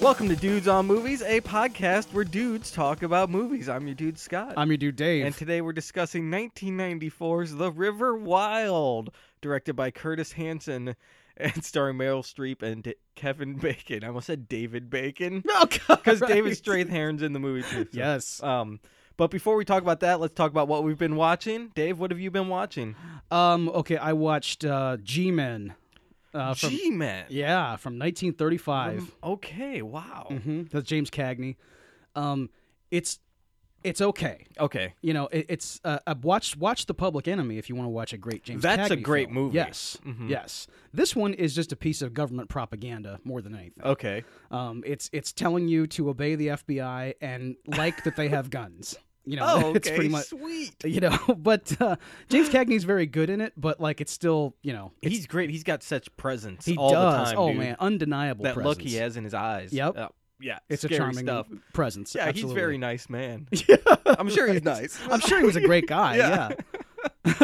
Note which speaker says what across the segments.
Speaker 1: Welcome to Dudes on Movies, a podcast where dudes talk about movies. I'm your dude Scott.
Speaker 2: I'm your dude Dave.
Speaker 1: and today we're discussing 1994's The River Wild, directed by Curtis Hanson and starring Meryl Streep and D- Kevin Bacon. I almost said David Bacon
Speaker 2: no,
Speaker 1: because David Strathairn's in the movie too. so.
Speaker 2: Yes.
Speaker 1: Um, but before we talk about that, let's talk about what we've been watching. Dave, what have you been watching?
Speaker 2: Um. Okay. I watched uh, G-Men. Uh, from,
Speaker 1: G-Men.
Speaker 2: yeah, from 1935.
Speaker 1: Um, okay. Wow.
Speaker 2: hmm That's James Cagney. Um, it's it's okay.
Speaker 1: Okay.
Speaker 2: You know, it, it's uh, uh, watch watch the Public Enemy if you want to watch a great James.
Speaker 1: That's a
Speaker 2: Cagney
Speaker 1: great
Speaker 2: film.
Speaker 1: movie.
Speaker 2: Yes,
Speaker 1: Mm-hmm.
Speaker 2: yes. This one is just a piece of government propaganda more than anything.
Speaker 1: Okay.
Speaker 2: Um, it's it's telling you to obey the FBI and like that they have guns. You know,
Speaker 1: Oh, okay.
Speaker 2: it's pretty much
Speaker 1: sweet.
Speaker 2: you know. But uh, James Cagney's very good in it, but like it's still you know it's,
Speaker 1: He's great. He's got such presence.
Speaker 2: he
Speaker 1: all The
Speaker 2: does.
Speaker 1: time,
Speaker 2: oh
Speaker 1: dude.
Speaker 2: man, undeniable.
Speaker 1: that
Speaker 2: presence.
Speaker 1: look he has in his eyes.
Speaker 2: Yep.
Speaker 1: Uh, yeah,
Speaker 2: It's
Speaker 1: scary
Speaker 2: a charming
Speaker 1: stuff.
Speaker 2: presence.
Speaker 1: Yeah,
Speaker 2: absolutely.
Speaker 1: he's very nice man. I'm sure he's nice.
Speaker 2: I'm sure he was a great guy.
Speaker 1: Yeah.
Speaker 2: yeah.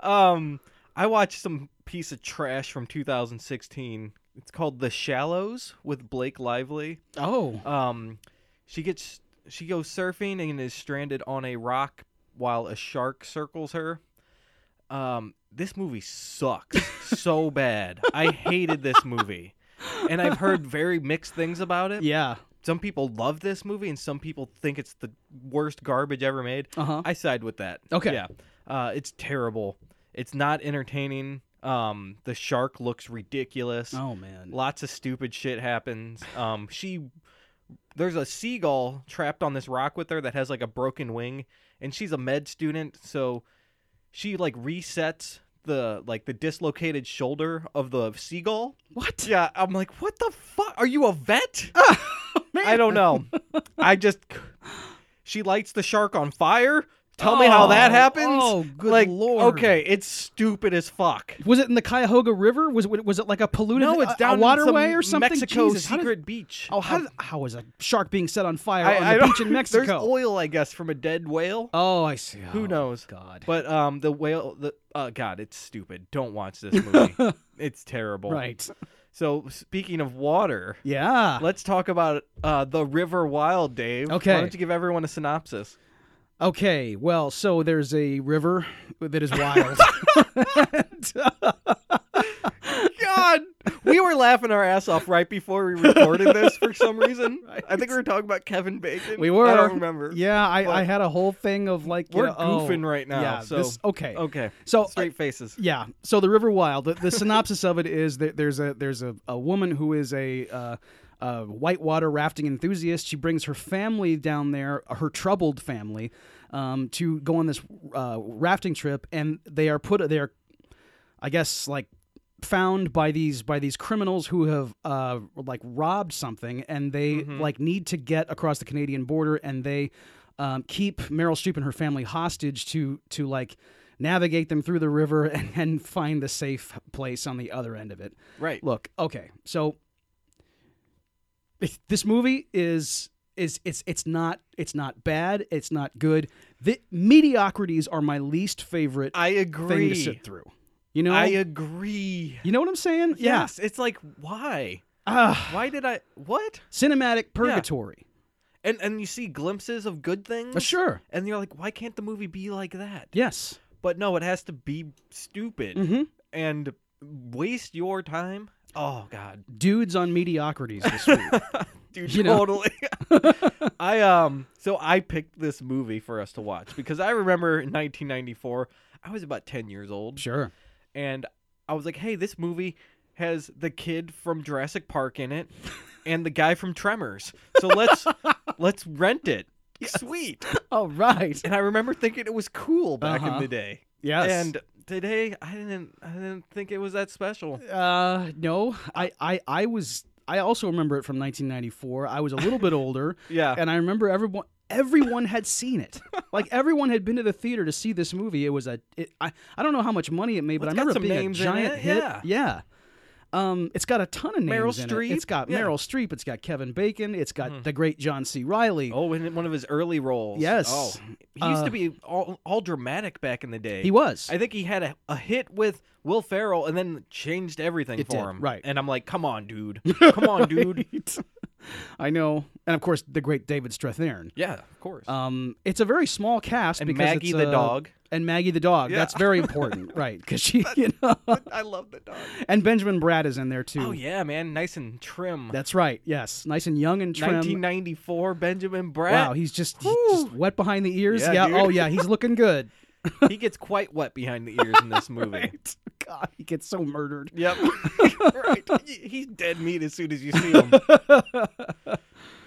Speaker 1: Um, I watched some piece of trash from 2016. It's called The Shallows with Blake Lively.
Speaker 2: Oh.
Speaker 1: Um, she gets she goes surfing and is stranded on a rock while a shark circles her. Um, this movie sucks so bad. I hated this movie, and I've heard very mixed things about it.
Speaker 2: Yeah.
Speaker 1: Some people love this movie, and some people think it's the worst garbage ever made.
Speaker 2: Uh huh.
Speaker 1: I side with that.
Speaker 2: Okay.
Speaker 1: Yeah. Uh, it's terrible. It's not entertaining. Um, the shark looks ridiculous
Speaker 2: Oh man.
Speaker 1: lots of stupid shit happens um she there's a seagull trapped on this rock with her that has like a broken wing and she's a med student so she like resets the like the dislocated shoulder of the seagull
Speaker 2: What?
Speaker 1: yeah i'm like what the fuck are you a vet
Speaker 2: Oh,
Speaker 1: i don't know i just she lights the shark on fire tell me how that
Speaker 2: Oh,
Speaker 1: happens
Speaker 2: oh, good
Speaker 1: like
Speaker 2: lord.
Speaker 1: okay it's stupid as fuck
Speaker 2: Was it in the Cuyahoga River? Was it was it like a polluted
Speaker 1: no,
Speaker 2: a-
Speaker 1: it's
Speaker 2: a
Speaker 1: down in
Speaker 2: waterway
Speaker 1: some
Speaker 2: or something?
Speaker 1: Mexico
Speaker 2: Jesus, how did-
Speaker 1: secret beach.
Speaker 2: oh, how, did, how was a shark being set on fire
Speaker 1: I-
Speaker 2: on
Speaker 1: I
Speaker 2: the
Speaker 1: don't-
Speaker 2: beach in
Speaker 1: There's
Speaker 2: Mexico?
Speaker 1: oil, I guess, from a dead whale.
Speaker 2: oh, I see.
Speaker 1: Who
Speaker 2: Oh,
Speaker 1: knows?
Speaker 2: God.
Speaker 1: But um, the whale, the uh, God, it's stupid. Don't watch this movie. it's terrible.
Speaker 2: right.
Speaker 1: So speaking of water,
Speaker 2: Yeah.
Speaker 1: let's talk about uh, the River Wild, Dave. Why
Speaker 2: Okay.
Speaker 1: don't you give everyone a synopsis?
Speaker 2: Okay, well, so there's a river that is wild.
Speaker 1: God, we were laughing our ass off right before we recorded this for some reason. I think we were talking about Kevin Bacon.
Speaker 2: we were.
Speaker 1: I don't remember.
Speaker 2: Yeah, I,
Speaker 1: But-
Speaker 2: I had a whole thing of like you
Speaker 1: We're
Speaker 2: know, oh,
Speaker 1: goofing right now,
Speaker 2: Yeah.
Speaker 1: so- Oh,
Speaker 2: this- okay.
Speaker 1: Okay.
Speaker 2: So uh,
Speaker 1: Straight faces.
Speaker 2: Yeah. So the River Wild. The, the synopsis of it is that there's a there's a, a woman who is a uh, uh, whitewater rafting enthusiast. She brings her family down there, her troubled family, um, to go on this uh, rafting trip, and they are put they are, I guess, like found by these by these criminals who have uh like robbed something and they
Speaker 1: Mm-hmm.
Speaker 2: like need to get across the Canadian border and they um, keep Meryl Streep and her family hostage to to like navigate them through the river and, and find the safe place on the other end of it.
Speaker 1: Right.
Speaker 2: Look, okay, so this movie is is it's it's not it's not bad, it's not good. The mediocrities are my least favorite
Speaker 1: I
Speaker 2: thing to
Speaker 1: agree.
Speaker 2: sit through. You know,
Speaker 1: I agree.
Speaker 2: you know what I'm saying?
Speaker 1: Yes, it's like why?
Speaker 2: Yeah.
Speaker 1: Why did I what?
Speaker 2: Ah, cinematic
Speaker 1: Oh,
Speaker 2: purgatory.
Speaker 1: And and you see glimpses of good things.
Speaker 2: Uh, sure.
Speaker 1: And you're like, why can't the movie be like that?
Speaker 2: Yes.
Speaker 1: But no, it has to be stupid
Speaker 2: Mhm.
Speaker 1: and waste your time. Oh God,
Speaker 2: Dudes on mediocrities this week.
Speaker 1: dude,
Speaker 2: You know.
Speaker 1: totally. I um, so I picked this movie for us to watch because I remember in 1994, I was about 10 years old.
Speaker 2: sure.
Speaker 1: and I was like, "Hey, this movie has the kid from Jurassic Park in it and the guy from Tremors. So let's let's rent it. Sweet."
Speaker 2: All right.
Speaker 1: And I remember thinking it was cool back in
Speaker 2: Uh-huh.
Speaker 1: the day.
Speaker 2: Yes.
Speaker 1: And today I didn't I didn't think it was that special.
Speaker 2: uh no, I I I was I also remember it from 1994. I was a little bit older
Speaker 1: Yeah.
Speaker 2: and I remember everyone everyone had seen it. Like everyone had been to the theater to see this movie. It was a it, I I don't know how much money it made, but
Speaker 1: Well, it's
Speaker 2: I
Speaker 1: got
Speaker 2: remember
Speaker 1: some
Speaker 2: it being
Speaker 1: names
Speaker 2: a
Speaker 1: in
Speaker 2: giant
Speaker 1: it,
Speaker 2: hit.
Speaker 1: yeah.
Speaker 2: yeah. Um, it's got a ton of names
Speaker 1: Meryl
Speaker 2: in
Speaker 1: Streep,
Speaker 2: it. It's got
Speaker 1: yeah. Hmm.
Speaker 2: Meryl Streep. It's got Kevin Bacon. It's got the great John C. Riley.
Speaker 1: Oh, in one of his early roles.
Speaker 2: Yes.
Speaker 1: Oh, he used
Speaker 2: Uh,
Speaker 1: to be all, all dramatic back in the day.
Speaker 2: He was.
Speaker 1: I think he had a, a hit with Will Ferrell and then changed everything
Speaker 2: It
Speaker 1: for
Speaker 2: did,
Speaker 1: him.
Speaker 2: right.
Speaker 1: And I'm like, come on, dude. Come on, dude.
Speaker 2: I know, and of course the great David Strathairn.
Speaker 1: Yeah, of course.
Speaker 2: Um, it's a very small cast
Speaker 1: And
Speaker 2: because
Speaker 1: Maggie
Speaker 2: it's,
Speaker 1: the
Speaker 2: uh,
Speaker 1: dog.
Speaker 2: and Maggie the dog.
Speaker 1: Yeah.
Speaker 2: That's very important, right? Because she, you know,
Speaker 1: I love the dog.
Speaker 2: and Benjamin Brad is in there too.
Speaker 1: Oh yeah, man, nice and trim.
Speaker 2: That's right. Yes, nice and young and trim.
Speaker 1: 1994 Benjamin
Speaker 2: Wow,
Speaker 1: Bratt.
Speaker 2: he's just, he's just wet behind the ears.
Speaker 1: Yeah,
Speaker 2: Yeah.
Speaker 1: dude.
Speaker 2: Oh yeah, he's looking good.
Speaker 1: he gets quite wet behind the ears in this movie.
Speaker 2: Right. God, he gets so murdered.
Speaker 1: Yep. right. He- He's dead meat as soon as you see him.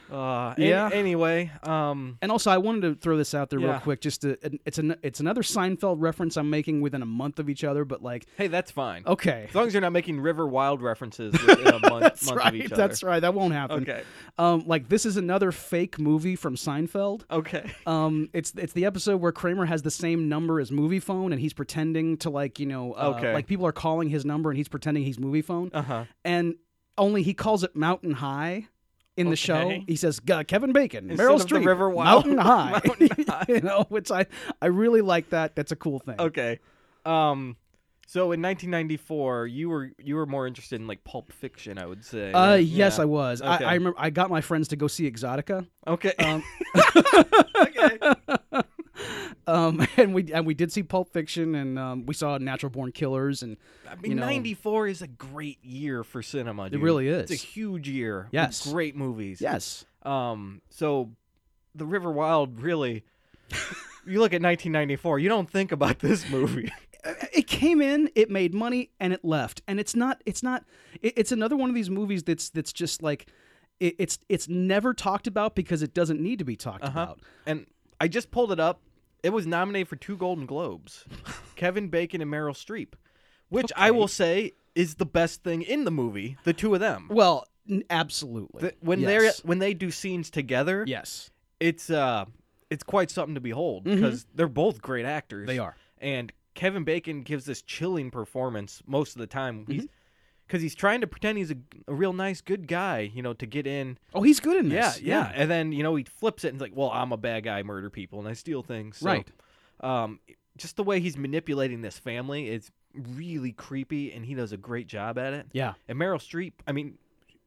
Speaker 1: Uh, an-
Speaker 2: Yeah.
Speaker 1: anyway, um,
Speaker 2: And also, I wanted to throw this out there real
Speaker 1: Yeah.
Speaker 2: quick. Just to, and it's an it's another Seinfeld reference I'm making within a month of each other. But like,
Speaker 1: hey, that's fine.
Speaker 2: okay,
Speaker 1: As long as you're not making River Wild references within a month,
Speaker 2: that's
Speaker 1: month
Speaker 2: right.
Speaker 1: of each other.
Speaker 2: That's right. That won't happen.
Speaker 1: Okay.
Speaker 2: Um, like this is another fake movie from Seinfeld.
Speaker 1: Okay.
Speaker 2: Um, it's it's the episode where Kramer has the same number as movie phone, and he's pretending to like you know, uh,
Speaker 1: Okay.
Speaker 2: like people are calling his number, and he's pretending he's movie phone,
Speaker 1: Uh huh.
Speaker 2: and only he calls it Mountain High in the show.
Speaker 1: Okay.
Speaker 2: He says "G- Kevin Bacon,
Speaker 1: Instead
Speaker 2: Meryl
Speaker 1: of the
Speaker 2: Streep,
Speaker 1: River Wild-
Speaker 2: Mountain High,
Speaker 1: Mountain High.
Speaker 2: you know, which I I really like that. That's a cool thing.
Speaker 1: Okay. Um, so in 1994, you were you were more interested in like Pulp Fiction, I would say.
Speaker 2: Uh,
Speaker 1: right?
Speaker 2: yes,
Speaker 1: Yeah.
Speaker 2: I was.
Speaker 1: Okay.
Speaker 2: I, I remember I got my friends to go see Exotica.
Speaker 1: Okay.
Speaker 2: Um,
Speaker 1: okay.
Speaker 2: um, and we and we did see Pulp Fiction, and um, we saw Natural Born Killers, and
Speaker 1: I
Speaker 2: you
Speaker 1: mean,
Speaker 2: know-
Speaker 1: 94 is a great year for cinema. Dude.
Speaker 2: really
Speaker 1: It's a
Speaker 2: is.
Speaker 1: huge year. with
Speaker 2: Yes.
Speaker 1: great movies.
Speaker 2: yes,
Speaker 1: Um, so the River Wild really. you look at 1994. You don't think about this movie.
Speaker 2: it came in, it made money, and it left. And it's not, it's not, it, it's another one of these movies that's that's just like, it, it's it's never talked about because it doesn't need to be talked
Speaker 1: Uh-huh.
Speaker 2: about.
Speaker 1: And I just pulled it up. It was nominated for two Golden Globes, Kevin Bacon and Meryl Streep, which I will say is the best thing in the movie. The two of them.
Speaker 2: Well, n- absolutely.
Speaker 1: The- when
Speaker 2: yes.
Speaker 1: they when they do scenes together,
Speaker 2: yes,
Speaker 1: it's uh, it's quite something to behold because they're both great actors.
Speaker 2: Mm-hmm. they are.
Speaker 1: and Kevin Bacon gives this chilling performance most of the time. He's
Speaker 2: Mm-hmm.
Speaker 1: because he's trying to pretend he's a, a real nice, good guy, you know, to get in.
Speaker 2: Oh, he's good in
Speaker 1: Yeah,
Speaker 2: this.
Speaker 1: yeah, And then you know he flips it and is like, "Well, I'm a bad guy, I murder people, and I steal things." So,
Speaker 2: Right.
Speaker 1: Um, just the way he's manipulating this family is really creepy, and he does a great job at it.
Speaker 2: yeah.
Speaker 1: And Meryl Streep, I mean,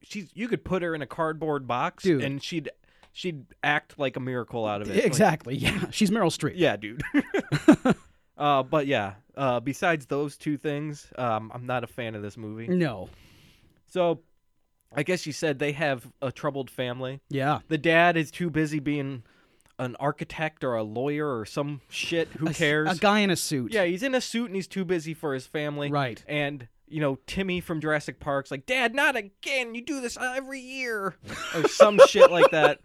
Speaker 1: she's you could put her in a cardboard box,
Speaker 2: Dude.
Speaker 1: and she'd she'd act like a miracle out of it. Like,
Speaker 2: Exactly. Yeah, she's Meryl Streep.
Speaker 1: yeah, dude. uh, but yeah, uh, besides those two things, um, I'm not a fan of this movie.
Speaker 2: No.
Speaker 1: So, I guess you said they have a troubled family.
Speaker 2: Yeah.
Speaker 1: The dad is too busy being an architect or a lawyer or some shit. Who
Speaker 2: A s-
Speaker 1: cares?
Speaker 2: A guy in a suit.
Speaker 1: yeah, he's in a suit and he's too busy for his family.
Speaker 2: Right.
Speaker 1: And you know Timmy from Jurassic Park's like, Dad, not again! You do this every year, or some shit like that.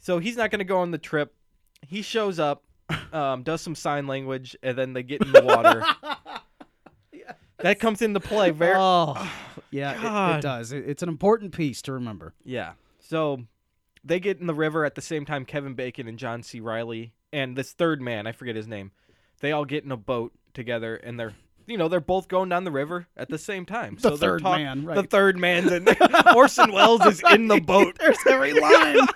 Speaker 1: So he's not gonna go on the trip. He shows up, um, does some sign language, and then they get in the water. That comes into play very
Speaker 2: Oh, yeah, it- it,
Speaker 1: God.
Speaker 2: does. It- it's an important piece to remember.
Speaker 1: Yeah. So they get in the river at the same time Kevin Bacon and John C. Riley and this third man, I forget his name, they all get in a boat together and they're you know, they're both going down the river at the same time.
Speaker 2: The
Speaker 1: so they're
Speaker 2: third
Speaker 1: talk-
Speaker 2: man,
Speaker 1: The
Speaker 2: right.
Speaker 1: third man's in there. Orson Welles is in the boat.
Speaker 2: There's every line.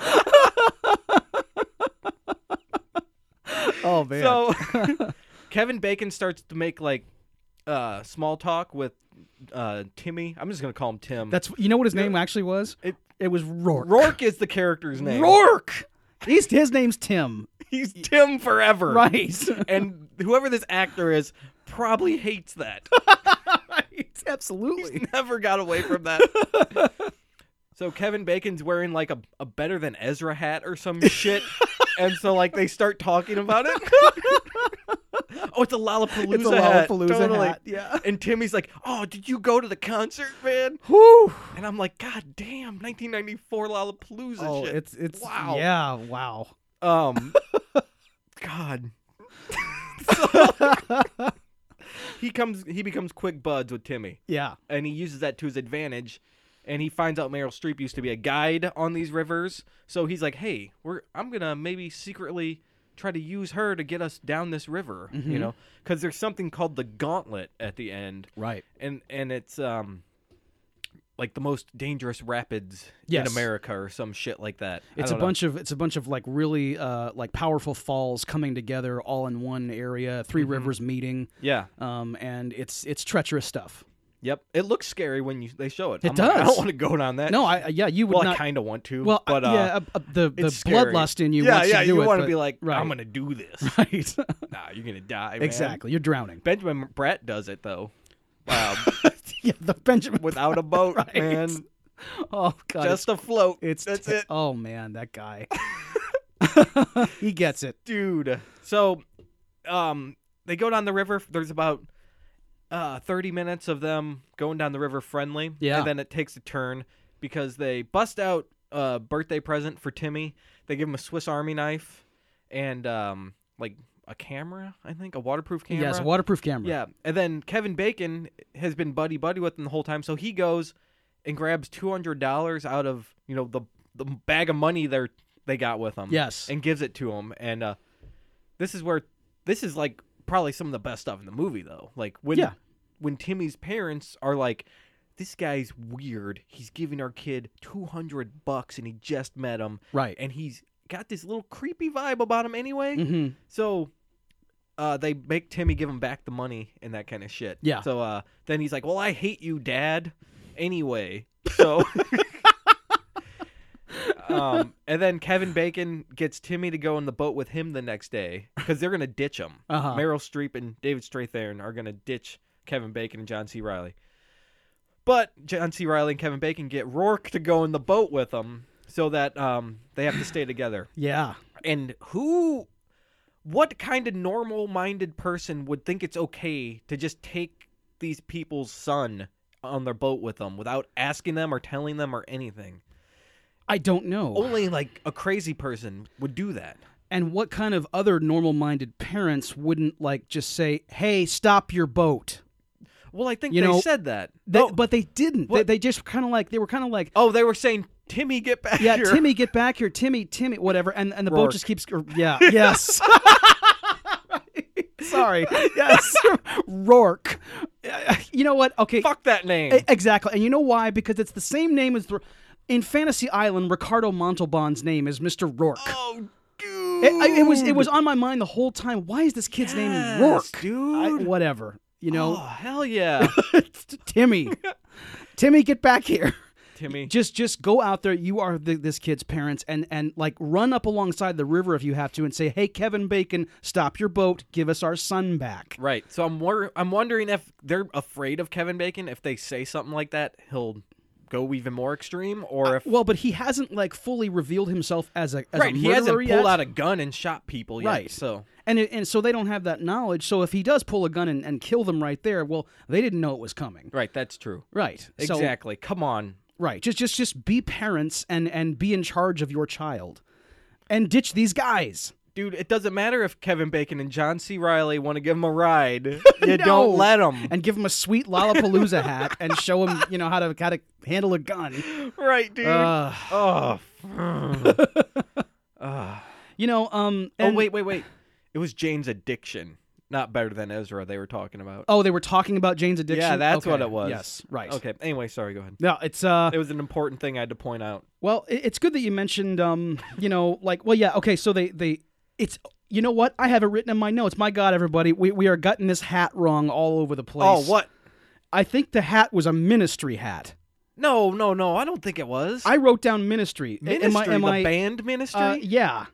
Speaker 2: oh man.
Speaker 1: So Kevin Bacon starts to make like uh small talk with uh Timmy. I'm just gonna call him Tim.
Speaker 2: that's you know what his name actually was?
Speaker 1: It-
Speaker 2: it was Rourke.
Speaker 1: Rourke is the character's name.
Speaker 2: Rourke. He's his name's Tim.
Speaker 1: He's Tim forever.
Speaker 2: Right.
Speaker 1: And whoever this actor is probably hates that.
Speaker 2: Absolutely.
Speaker 1: never got away from that. so Kevin Bacon's wearing like a, a better than Ezra hat or some shit. and so like they start talking about it. oh, it's a Lollapalooza,
Speaker 2: It's a
Speaker 1: hat.
Speaker 2: Lollapalooza
Speaker 1: Totally.
Speaker 2: hat. Yeah.
Speaker 1: And Timmy's like, "Oh, did you go to the concert, man?"
Speaker 2: Whew.
Speaker 1: And I'm like, "God damn, 1994 Lollapalooza
Speaker 2: Oh,
Speaker 1: shit."
Speaker 2: it's it's
Speaker 1: Wow.
Speaker 2: yeah, wow.
Speaker 1: Um, God. he comes. He becomes quick buds with Timmy
Speaker 2: Yeah.
Speaker 1: and he uses that to his advantage. And he finds out Meryl Streep used to be a guide on these rivers, so he's like, "Hey, we're I'm gonna maybe secretly try to use her to get us down this river,
Speaker 2: Mm-hmm.
Speaker 1: you know, because there's something called the Gauntlet at the end,
Speaker 2: Right.
Speaker 1: and and it's um like the most dangerous rapids
Speaker 2: Yes.
Speaker 1: in America or some shit like that. I
Speaker 2: It's a
Speaker 1: don't know.
Speaker 2: bunch of it's a bunch of like really uh like powerful falls coming together all in one area, 3 rivers meeting.
Speaker 1: Mm-hmm. yeah,
Speaker 2: Um and it's it's treacherous stuff.
Speaker 1: Yep. It looks scary when you they show it.
Speaker 2: It
Speaker 1: I'm like, I
Speaker 2: does.
Speaker 1: don't want to go down that.
Speaker 2: No, I yeah, you would
Speaker 1: well, I
Speaker 2: not.
Speaker 1: kind of want to.
Speaker 2: well,
Speaker 1: but
Speaker 2: uh,
Speaker 1: uh,
Speaker 2: yeah, uh, uh, the the
Speaker 1: it's scary.
Speaker 2: bloodlust in you.
Speaker 1: Yeah,
Speaker 2: wants
Speaker 1: yeah.
Speaker 2: to do
Speaker 1: you
Speaker 2: it,
Speaker 1: want
Speaker 2: but-
Speaker 1: to be like,
Speaker 2: right.
Speaker 1: I'm gonna do this.
Speaker 2: right.
Speaker 1: nah, you're gonna die. man.
Speaker 2: exactly. You're drowning.
Speaker 1: Benjamin Bratt does it though. Um,
Speaker 2: yeah, the Benjamin.
Speaker 1: without a boat,
Speaker 2: Right.
Speaker 1: man.
Speaker 2: Oh God,
Speaker 1: Just afloat.
Speaker 2: it's, it's
Speaker 1: that's
Speaker 2: te-
Speaker 1: it.
Speaker 2: Oh man, that guy. he gets it.
Speaker 1: dude. So, um, they go down the river. There's about uh 30 minutes of them going down the river friendly.
Speaker 2: Yeah.
Speaker 1: And then it takes a turn because they bust out a birthday present for Timmy. They give him a Swiss Army knife and um like a camera, I think, a waterproof camera.
Speaker 2: Yes, waterproof camera.
Speaker 1: Yeah, and then Kevin Bacon has been buddy buddy with him the whole time, so he goes and grabs two hundred dollars out of you know the the bag of money they they got with him.
Speaker 2: Yes.
Speaker 1: and gives it to him, and uh, this is where this is like probably some of the best stuff in the movie though. Like when
Speaker 2: Yeah.
Speaker 1: when Timmy's parents are like. This guy's weird. He's giving our kid 200 bucks and he just met him
Speaker 2: Right.
Speaker 1: and he's got this little creepy vibe about him anyway.
Speaker 2: hmm
Speaker 1: So uh, they make Timmy give him back the money and that kind of shit.
Speaker 2: Yeah.
Speaker 1: So uh, then he's like, "Well, I hate you, Dad." Anyway, so. um, and then Kevin Bacon gets Timmy to go in the boat with him the next day because they're gonna ditch him.
Speaker 2: Uh-huh.
Speaker 1: Meryl Streep and David Strathairn are gonna ditch Kevin Bacon and John C. Riley. But John C. Riley and Kevin Bacon get Rourke to go in the boat with them so that um, they have to stay together.
Speaker 2: Yeah.
Speaker 1: And who, what kind of normal minded person would think it's okay to just take these people's son on their boat with them without asking them or telling them or anything?
Speaker 2: I don't know.
Speaker 1: Only like a crazy person would do that.
Speaker 2: And what kind of other normal-minded parents wouldn't like just say, "Hey, stop your boat."
Speaker 1: Well, I think
Speaker 2: You
Speaker 1: they
Speaker 2: know,
Speaker 1: said that.
Speaker 2: They,
Speaker 1: oh,
Speaker 2: But they didn't. They,
Speaker 1: What?
Speaker 2: they just kind of like they were kind of like,
Speaker 1: oh, they were saying, Timmy, get back
Speaker 2: "Yeah,
Speaker 1: here.
Speaker 2: Timmy, get back here, Timmy, Timmy, whatever." And and the boat
Speaker 1: Oh, Rourke.
Speaker 2: just keeps. or- yeah. Yes. Sorry. Yes. Rourke. Uh, You know what? Okay.
Speaker 1: Fuck that name.
Speaker 2: E- Exactly. And you know why? Because it's the same name as the. In Fantasy Island, Ricardo Montalban's name is Mr. Rourke.
Speaker 1: oh, dude.
Speaker 2: It, I- it was it was on my mind the whole time. Why is this kid's name
Speaker 1: Yes,
Speaker 2: Rourke?
Speaker 1: dude.
Speaker 2: I- whatever. You
Speaker 1: Oh,
Speaker 2: know,
Speaker 1: hell yeah.
Speaker 2: It's t- Timmy. Timmy, get back here.
Speaker 1: Timmy.
Speaker 2: Just just go out there. You are the, this kid's parents, and and like run up alongside the river if you have to, and say, "Hey, Kevin Bacon, stop your boat. Give us our son back."
Speaker 1: Right. So I'm wor- I'm wondering if they're afraid of Kevin Bacon. If they say something like that, he'll go even more extreme, or if
Speaker 2: Well, but he hasn't like fully revealed himself as a as
Speaker 1: right,
Speaker 2: a
Speaker 1: he hasn't
Speaker 2: murderer
Speaker 1: pulled
Speaker 2: yet.
Speaker 1: out a gun and shot people yet.
Speaker 2: Right.
Speaker 1: So
Speaker 2: And it, and so they don't have that knowledge. So if he does pull a gun and, and kill them right there, well, they didn't know it was coming.
Speaker 1: right, that's true.
Speaker 2: Right. So-
Speaker 1: Exactly. Come on.
Speaker 2: right. Just just just be parents and and be in charge of your child, and ditch these guys.
Speaker 1: Dude, it doesn't matter if Kevin Bacon and John C. Riley want to give him a ride. You
Speaker 2: No.
Speaker 1: don't let them.
Speaker 2: And give him a sweet Lollapalooza hat and show him you know how to how to handle a gun.
Speaker 1: Right, dude.
Speaker 2: Uh,
Speaker 1: oh. Ugh.
Speaker 2: you know. Um.
Speaker 1: oh
Speaker 2: and-
Speaker 1: wait, wait, wait. It was Jane's addiction. Not better than Ezra. They were talking about.
Speaker 2: Oh, they were talking about Jane's addiction.
Speaker 1: yeah, that's
Speaker 2: Okay,
Speaker 1: what it was.
Speaker 2: Yes. Right.
Speaker 1: Okay. Anyway, sorry. Go ahead.
Speaker 2: No, it's uh.
Speaker 1: it was an important thing I had to point out.
Speaker 2: Well, i- it's good that you mentioned, um, you know, like, well, yeah, okay, so they, they, it's, you know what? I have it written in my notes. My God, everybody, we, we are gutting this hat wrong all over the place.
Speaker 1: Oh, what?
Speaker 2: I think the hat was a ministry hat.
Speaker 1: No, no, no. I don't think it was.
Speaker 2: I wrote down ministry. A-
Speaker 1: ministry,
Speaker 2: am
Speaker 1: the
Speaker 2: I, am I,
Speaker 1: band ministry,
Speaker 2: uh, yeah.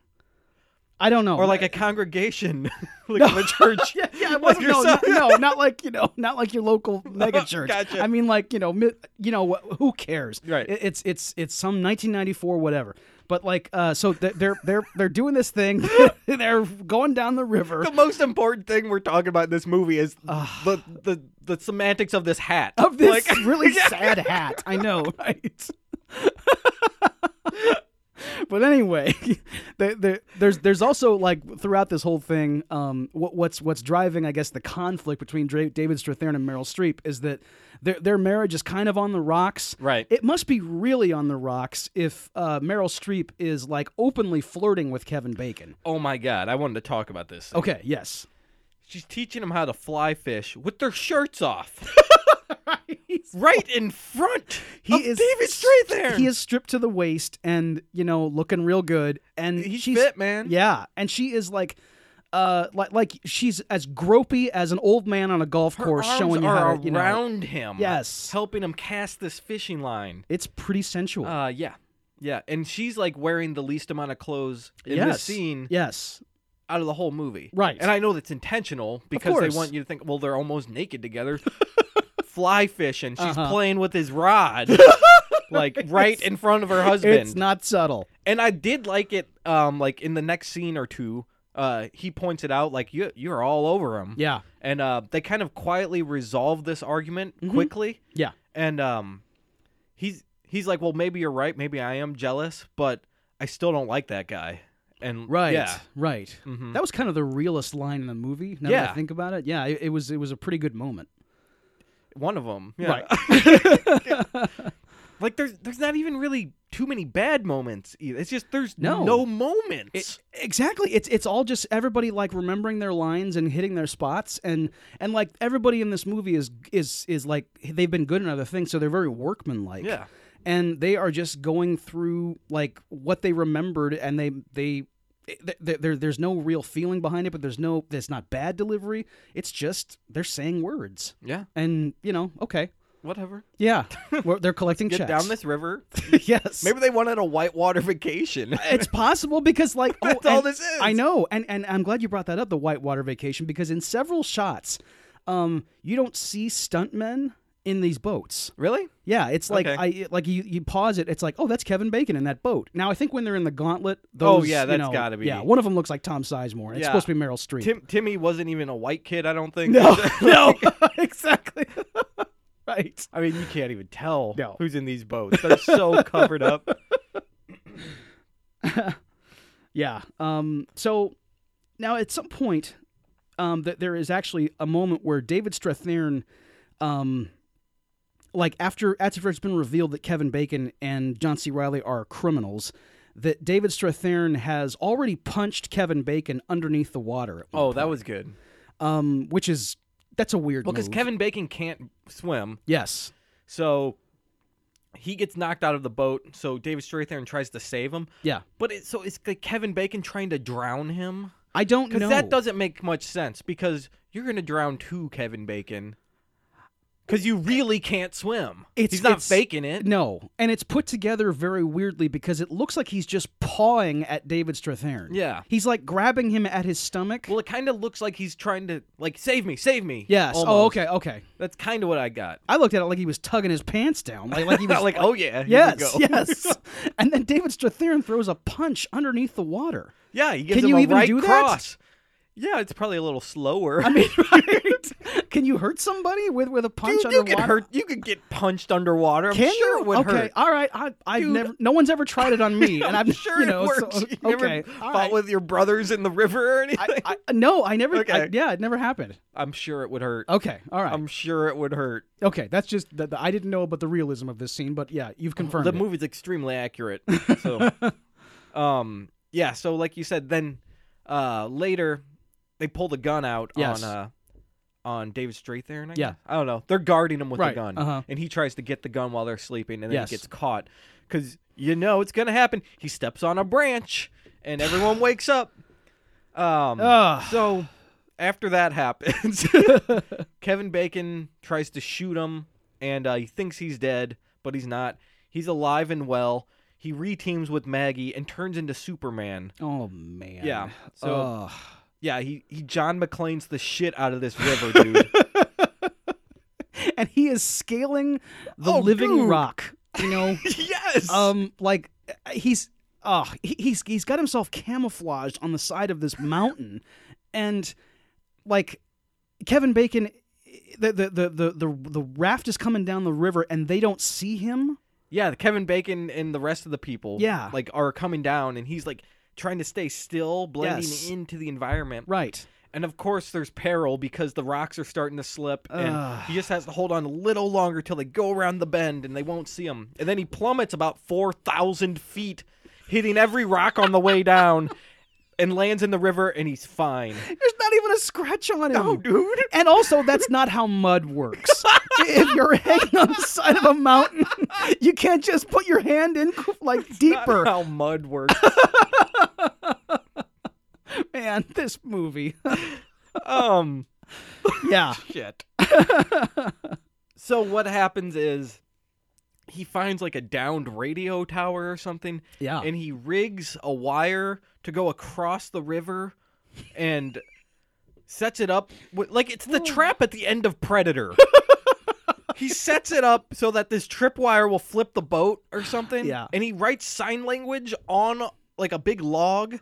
Speaker 2: I don't know.
Speaker 1: or like a congregation, like of a church.
Speaker 2: yeah, yeah, it
Speaker 1: Like
Speaker 2: wasn't, no,
Speaker 1: yourself.
Speaker 2: not, no, not like you know, not like your local megachurch.
Speaker 1: Gotcha.
Speaker 2: I mean, like you know, mi- you know, wh- who cares?
Speaker 1: Right.
Speaker 2: It- It's it's it's some 1994 whatever. But like, uh, so th- they're they're they're doing this thing. they're going down the river
Speaker 1: The most important thing we're talking about in this movie is the, the the semantics of this hat.
Speaker 2: of this
Speaker 1: Like,
Speaker 2: really sad hat. I know, right? But anyway, the, the, there's there's also like throughout this whole thing, um, what, what's what's driving, I guess, the conflict between Dra- David Strathairn and Meryl Streep is that their their marriage is kind of on the rocks.
Speaker 1: Right.
Speaker 2: It must be really on the rocks if uh, Meryl Streep is like openly flirting with Kevin Bacon.
Speaker 1: oh my god, I wanted to talk about this.
Speaker 2: Okay. Yes.
Speaker 1: She's teaching them how to fly fish with their shirts off, right in front. He
Speaker 2: is-
Speaker 1: David straight there.
Speaker 2: He is stripped to the waist and you know looking real good, and
Speaker 1: He's
Speaker 2: she's
Speaker 1: fit, man.
Speaker 2: Yeah, and she is like, uh, like like she's as gropey as an old man on a golf
Speaker 1: Her
Speaker 2: course,
Speaker 1: arms
Speaker 2: showing you how
Speaker 1: are
Speaker 2: to, you know,
Speaker 1: around him.
Speaker 2: Yes.
Speaker 1: helping him cast this fishing line.
Speaker 2: it's pretty sensual.
Speaker 1: Uh, yeah, yeah, and she's like wearing the least amount of clothes in
Speaker 2: yes.
Speaker 1: this scene
Speaker 2: Yes.
Speaker 1: out of the whole movie.
Speaker 2: Right.
Speaker 1: and I know that's intentional because they
Speaker 2: course.
Speaker 1: want you to think, well, they're almost naked together. Fly fishing. She's
Speaker 2: Uh-huh.
Speaker 1: playing with his rod, like right in front of her husband.
Speaker 2: It's not subtle.
Speaker 1: and I did like it. Um, like in the next scene or two, uh, he points it out, like you you're all over him.
Speaker 2: Yeah.
Speaker 1: and uh, they kind of quietly resolve this argument quickly.
Speaker 2: Mm-hmm. Yeah.
Speaker 1: and um, he's he's like, well, maybe you're right. Maybe I am jealous, but I still don't like that guy. And
Speaker 2: Right.
Speaker 1: yeah,
Speaker 2: Right.
Speaker 1: Mhm.
Speaker 2: That was kind of the realest line in the movie. Now that I
Speaker 1: Yeah.
Speaker 2: think about it, yeah, it, it was it was a pretty good moment.
Speaker 1: one of them. Yeah.
Speaker 2: Right.
Speaker 1: like there's there's not even really too many bad moments either. It's just there's
Speaker 2: No.
Speaker 1: no, moments.
Speaker 2: It- exactly. It's it's all just everybody like remembering their lines and hitting their spots and and like everybody in this movie is is is like they've been good in other things, so they're very workmanlike.
Speaker 1: Yeah.
Speaker 2: And they are just going through like what they remembered, and they they. th- th- There, there's no real feeling behind it, but there's no, there's not bad delivery. It's just they're saying words,
Speaker 1: yeah,
Speaker 2: and you know, okay,
Speaker 1: whatever.
Speaker 2: yeah, We're, they're collecting
Speaker 1: Get
Speaker 2: checks.
Speaker 1: down this river.
Speaker 2: yes,
Speaker 1: Maybe they wanted a whitewater vacation.
Speaker 2: it's possible because like oh,
Speaker 1: That's all
Speaker 2: and-
Speaker 1: this is.
Speaker 2: I know, and and I'm glad you brought that up, the whitewater vacation, because in several shots, um, you don't see stuntmen in these boats.
Speaker 1: really?
Speaker 2: Yeah, it's like
Speaker 1: Okay.
Speaker 2: I like you, you pause it. It's like, oh, that's Kevin Bacon in that boat. Now I think when they're in the gauntlet,
Speaker 1: Oh,
Speaker 2: those,
Speaker 1: yeah,
Speaker 2: you
Speaker 1: that's
Speaker 2: know-
Speaker 1: gotta be-
Speaker 2: Yeah, one of them looks like Tom Sizemore. and It's
Speaker 1: Yeah.
Speaker 2: supposed to be Meryl Streep.
Speaker 1: Tim Timmy wasn't even a white kid. I don't think.
Speaker 2: no, no, exactly, right.
Speaker 1: I mean, you can't even tell
Speaker 2: No.
Speaker 1: who's in these boats. They're so covered up.
Speaker 2: Yeah. Um, so now at some point, um, that there is actually a moment where David Strathairn, um, like after after it's been revealed that Kevin Bacon and John C. Riley are criminals, that David Strathairn has already punched Kevin Bacon underneath the water. at one
Speaker 1: Oh, that was good.
Speaker 2: point, um, which is that's a weird
Speaker 1: Well, because
Speaker 2: move.
Speaker 1: Kevin Bacon can't swim,
Speaker 2: yes,
Speaker 1: so he gets knocked out of the boat. So David Strathairn tries to save him,
Speaker 2: yeah,
Speaker 1: but it, so it's like Kevin Bacon trying to drown him.
Speaker 2: I don't
Speaker 1: Because
Speaker 2: know.
Speaker 1: that doesn't make much sense because you're going to drown two Kevin Bacon. Because you really can't swim.
Speaker 2: It's-
Speaker 1: He's not
Speaker 2: it's-
Speaker 1: faking it.
Speaker 2: no, and it's put together very weirdly because it looks like he's just pawing at David Strathairn.
Speaker 1: Yeah.
Speaker 2: He's like grabbing him at his stomach.
Speaker 1: Well, it kind of looks like he's trying to, like, save me, save me.
Speaker 2: yes. Oh,
Speaker 1: almost.
Speaker 2: okay, okay.
Speaker 1: That's kind of what I got.
Speaker 2: I looked at it like he was tugging his pants down. Like, like he was.
Speaker 1: Not like, oh, yeah. here we
Speaker 2: yes,
Speaker 1: go.
Speaker 2: yes. And then David Strathairn throws a punch underneath the water.
Speaker 1: yeah, he gives
Speaker 2: Can
Speaker 1: him
Speaker 2: you
Speaker 1: a
Speaker 2: even
Speaker 1: right
Speaker 2: do that?
Speaker 1: cross. Yeah, it's probably a little slower.
Speaker 2: I mean, right? Can you hurt somebody with, with a punch
Speaker 1: you, you
Speaker 2: underwater?
Speaker 1: could hurt. You could get punched underwater. I'm
Speaker 2: Can
Speaker 1: sure
Speaker 2: you?
Speaker 1: it would
Speaker 2: okay,
Speaker 1: hurt.
Speaker 2: all right. I, I've
Speaker 1: Dude.
Speaker 2: never. No one's ever tried it on me, and I'm
Speaker 1: I'm sure
Speaker 2: you know,
Speaker 1: it
Speaker 2: so-
Speaker 1: works. you
Speaker 2: okay,
Speaker 1: ever
Speaker 2: all
Speaker 1: fought
Speaker 2: right.
Speaker 1: with your brothers in the river or anything?
Speaker 2: I, I, no, I never. I,
Speaker 1: Okay.
Speaker 2: yeah, it never happened.
Speaker 1: I'm sure it would hurt.
Speaker 2: Okay, all right.
Speaker 1: I'm sure it would hurt.
Speaker 2: okay, that's just the, the, I didn't know about the realism of this scene, but yeah, you've confirmed
Speaker 1: the
Speaker 2: it.
Speaker 1: movie's extremely accurate. So, um, yeah. So, like you said, then uh, later they pull the gun out
Speaker 2: Yes.
Speaker 1: on uh, on David Strathairn. I
Speaker 2: Yeah.
Speaker 1: guess? I don't know. They're guarding him with
Speaker 2: Right,
Speaker 1: the gun,
Speaker 2: uh-huh.
Speaker 1: and he tries to get the gun while they're sleeping, and then
Speaker 2: Yes.
Speaker 1: he gets caught because you know it's gonna happen. He steps on a branch, and everyone wakes up. Um,
Speaker 2: Ugh.
Speaker 1: so after that happens, Kevin Bacon tries to shoot him, and uh, he thinks he's dead, but he's not. He's alive and well. He reteams with Maggie and turns into Superman.
Speaker 2: Oh man.
Speaker 1: Yeah, so-
Speaker 2: Ugh.
Speaker 1: Yeah, he, he John McClane's the shit out of this river, dude.
Speaker 2: and he is scaling the
Speaker 1: Oh,
Speaker 2: living
Speaker 1: dude.
Speaker 2: rock. You know,
Speaker 1: yes.
Speaker 2: um, like uh, he's oh he- he's he's got himself camouflaged on the side of this mountain, and like Kevin Bacon, the the the the the, the raft is coming down the river and they don't see him.
Speaker 1: yeah, Kevin Bacon and the rest of the people,
Speaker 2: Yeah.
Speaker 1: like are coming down, and he's like trying to stay still, blending
Speaker 2: Yes.
Speaker 1: into the environment.
Speaker 2: Right.
Speaker 1: And of course, there's peril because the rocks are starting to slip, and
Speaker 2: Ugh.
Speaker 1: he just has to hold on a little longer till they go around the bend, and they won't see him. And then he plummets about four thousand feet, hitting every rock on the way down, and lands in the river, and he's fine.
Speaker 2: There's not even a scratch on him.
Speaker 1: dude.
Speaker 2: And also, that's not how mud works. if you're hanging on the side of a mountain, you can't just put your hand in like
Speaker 1: Not
Speaker 2: deeper.
Speaker 1: how mud works.
Speaker 2: man, this movie.
Speaker 1: Um,
Speaker 2: yeah.
Speaker 1: shit. so what happens is he finds like a downed radio tower or something,
Speaker 2: Yeah.
Speaker 1: and he rigs a wire to go across the river, and sets it up wi- like it's the trap at the end of Predator. He sets it up so that this tripwire will flip the boat or something.
Speaker 2: Yeah.
Speaker 1: And he writes sign language on like a big log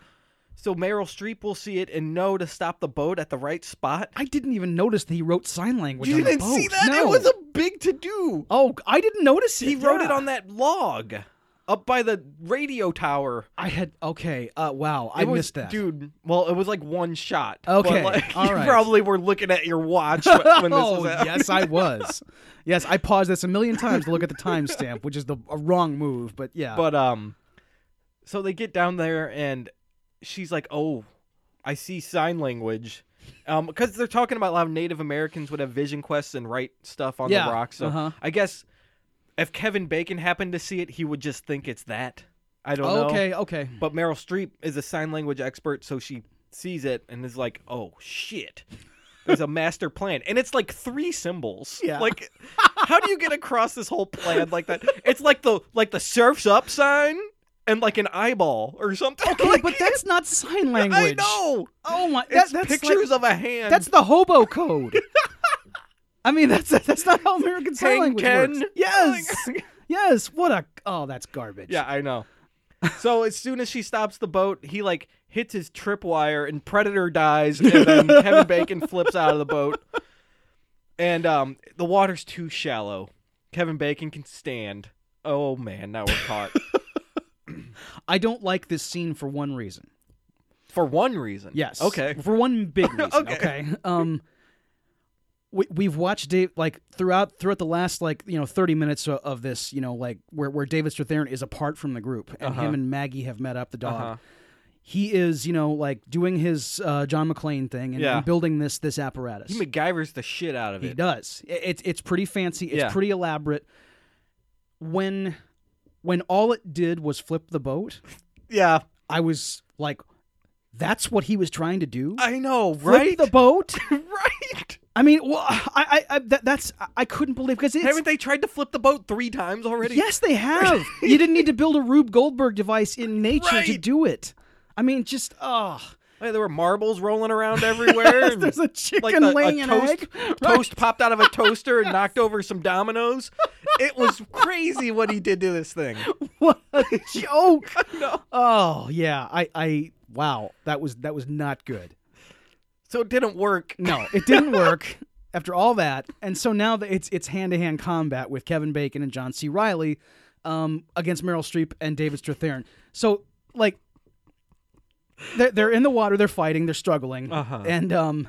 Speaker 1: so Meryl Streep will see it and know to stop the boat at the right spot.
Speaker 2: I didn't even notice that he wrote sign language.
Speaker 1: You
Speaker 2: on the
Speaker 1: didn't see
Speaker 2: boat.
Speaker 1: that?
Speaker 2: No.
Speaker 1: It was a big to do.
Speaker 2: Oh, I didn't notice it.
Speaker 1: He wrote it
Speaker 2: yeah.
Speaker 1: on that log up by the radio tower.
Speaker 2: I had okay. Uh, wow, I
Speaker 1: It was-
Speaker 2: missed that.
Speaker 1: dude. Well, it was like one shot. but,
Speaker 2: Okay,
Speaker 1: like,
Speaker 2: all
Speaker 1: you
Speaker 2: right.
Speaker 1: probably were looking at your watch wh- when this
Speaker 2: oh
Speaker 1: was out.
Speaker 2: yes, I was. yes, I paused this a million times to look at the timestamp, which is the a wrong move. But yeah,
Speaker 1: But um, so they get down there and she's like, "Oh, I see sign language," um, because they're talking about how Native Americans would have vision quests and write stuff on
Speaker 2: Yeah,
Speaker 1: the rocks. So
Speaker 2: uh-huh.
Speaker 1: I guess if Kevin Bacon happened to see it, he would just think it's that. I don't know.
Speaker 2: okay, okay.
Speaker 1: But Meryl Streep is a sign language expert, so she sees it and is like, "Oh shit." There's a master plan, and it's like three symbols.
Speaker 2: Yeah.
Speaker 1: Like, how do you get across this whole plan like that? It's like the like the surfs up sign and like an eyeball or something.
Speaker 2: Okay,
Speaker 1: Like,
Speaker 2: but that's not sign language.
Speaker 1: I know.
Speaker 2: Oh my, that,
Speaker 1: It's
Speaker 2: that's like-
Speaker 1: pictures of a hand.
Speaker 2: that's the hobo code. I mean, that's that's not how American sign
Speaker 1: Hang
Speaker 2: language
Speaker 1: ten.
Speaker 2: works. Yes, yes. What a oh, that's garbage.
Speaker 1: Oh yeah, I know. So as soon as she stops the boat, he like hits his tripwire and Predator dies, and then Kevin Bacon flips out of the boat. And um, the water's too shallow. Kevin Bacon can stand. Oh man, now we're caught.
Speaker 2: I don't like this scene for one reason.
Speaker 1: For one reason.
Speaker 2: Yes.
Speaker 1: Okay.
Speaker 2: For one big reason. okay.
Speaker 1: Okay.
Speaker 2: Um, we we've watched Dave like throughout throughout the last like you know thirty minutes o- of this you know like where where David Strathairn is apart from the group and him and Maggie have met up the dog.
Speaker 1: Uh-huh.
Speaker 2: He is you know like doing his uh, John McClane thing and,
Speaker 1: Yeah.
Speaker 2: and building this this apparatus.
Speaker 1: He MacGyver's the shit out of
Speaker 2: He
Speaker 1: it.
Speaker 2: does. I- It's it's pretty fancy. It's
Speaker 1: Yeah.
Speaker 2: pretty elaborate. When when all it did was flip the boat,
Speaker 1: Yeah,
Speaker 2: I was like, "That's what he was trying to do."
Speaker 1: I know,
Speaker 2: Flip
Speaker 1: Uh, right?
Speaker 2: the boat.
Speaker 1: right.
Speaker 2: I mean, well, I, I, I that, that's I- I couldn't believe because it's
Speaker 1: Haven't they tried to flip the boat three times already?
Speaker 2: yes, they have. you didn't need to build a Rube Goldberg device in nature to
Speaker 1: Right.
Speaker 2: do it. I mean, just oh,
Speaker 1: Like, there were marbles rolling around everywhere. and-
Speaker 2: there's a chicken
Speaker 1: like the,
Speaker 2: laying
Speaker 1: a
Speaker 2: an
Speaker 1: toast,
Speaker 2: egg. Right.
Speaker 1: toast popped out of a toaster and knocked over some dominoes. It was crazy what he did to this thing.
Speaker 2: What a joke!
Speaker 1: know.
Speaker 2: Oh yeah, I, I wow, that was that was not good.
Speaker 1: So it didn't work.
Speaker 2: No, it didn't work. After all that, and so now that it's it's hand to hand combat with Kevin Bacon and John C. Riley um, against Meryl Streep and David Strathairn. So like, they're they're in the water, they're fighting, they're struggling,
Speaker 1: Uh-huh.
Speaker 2: and um,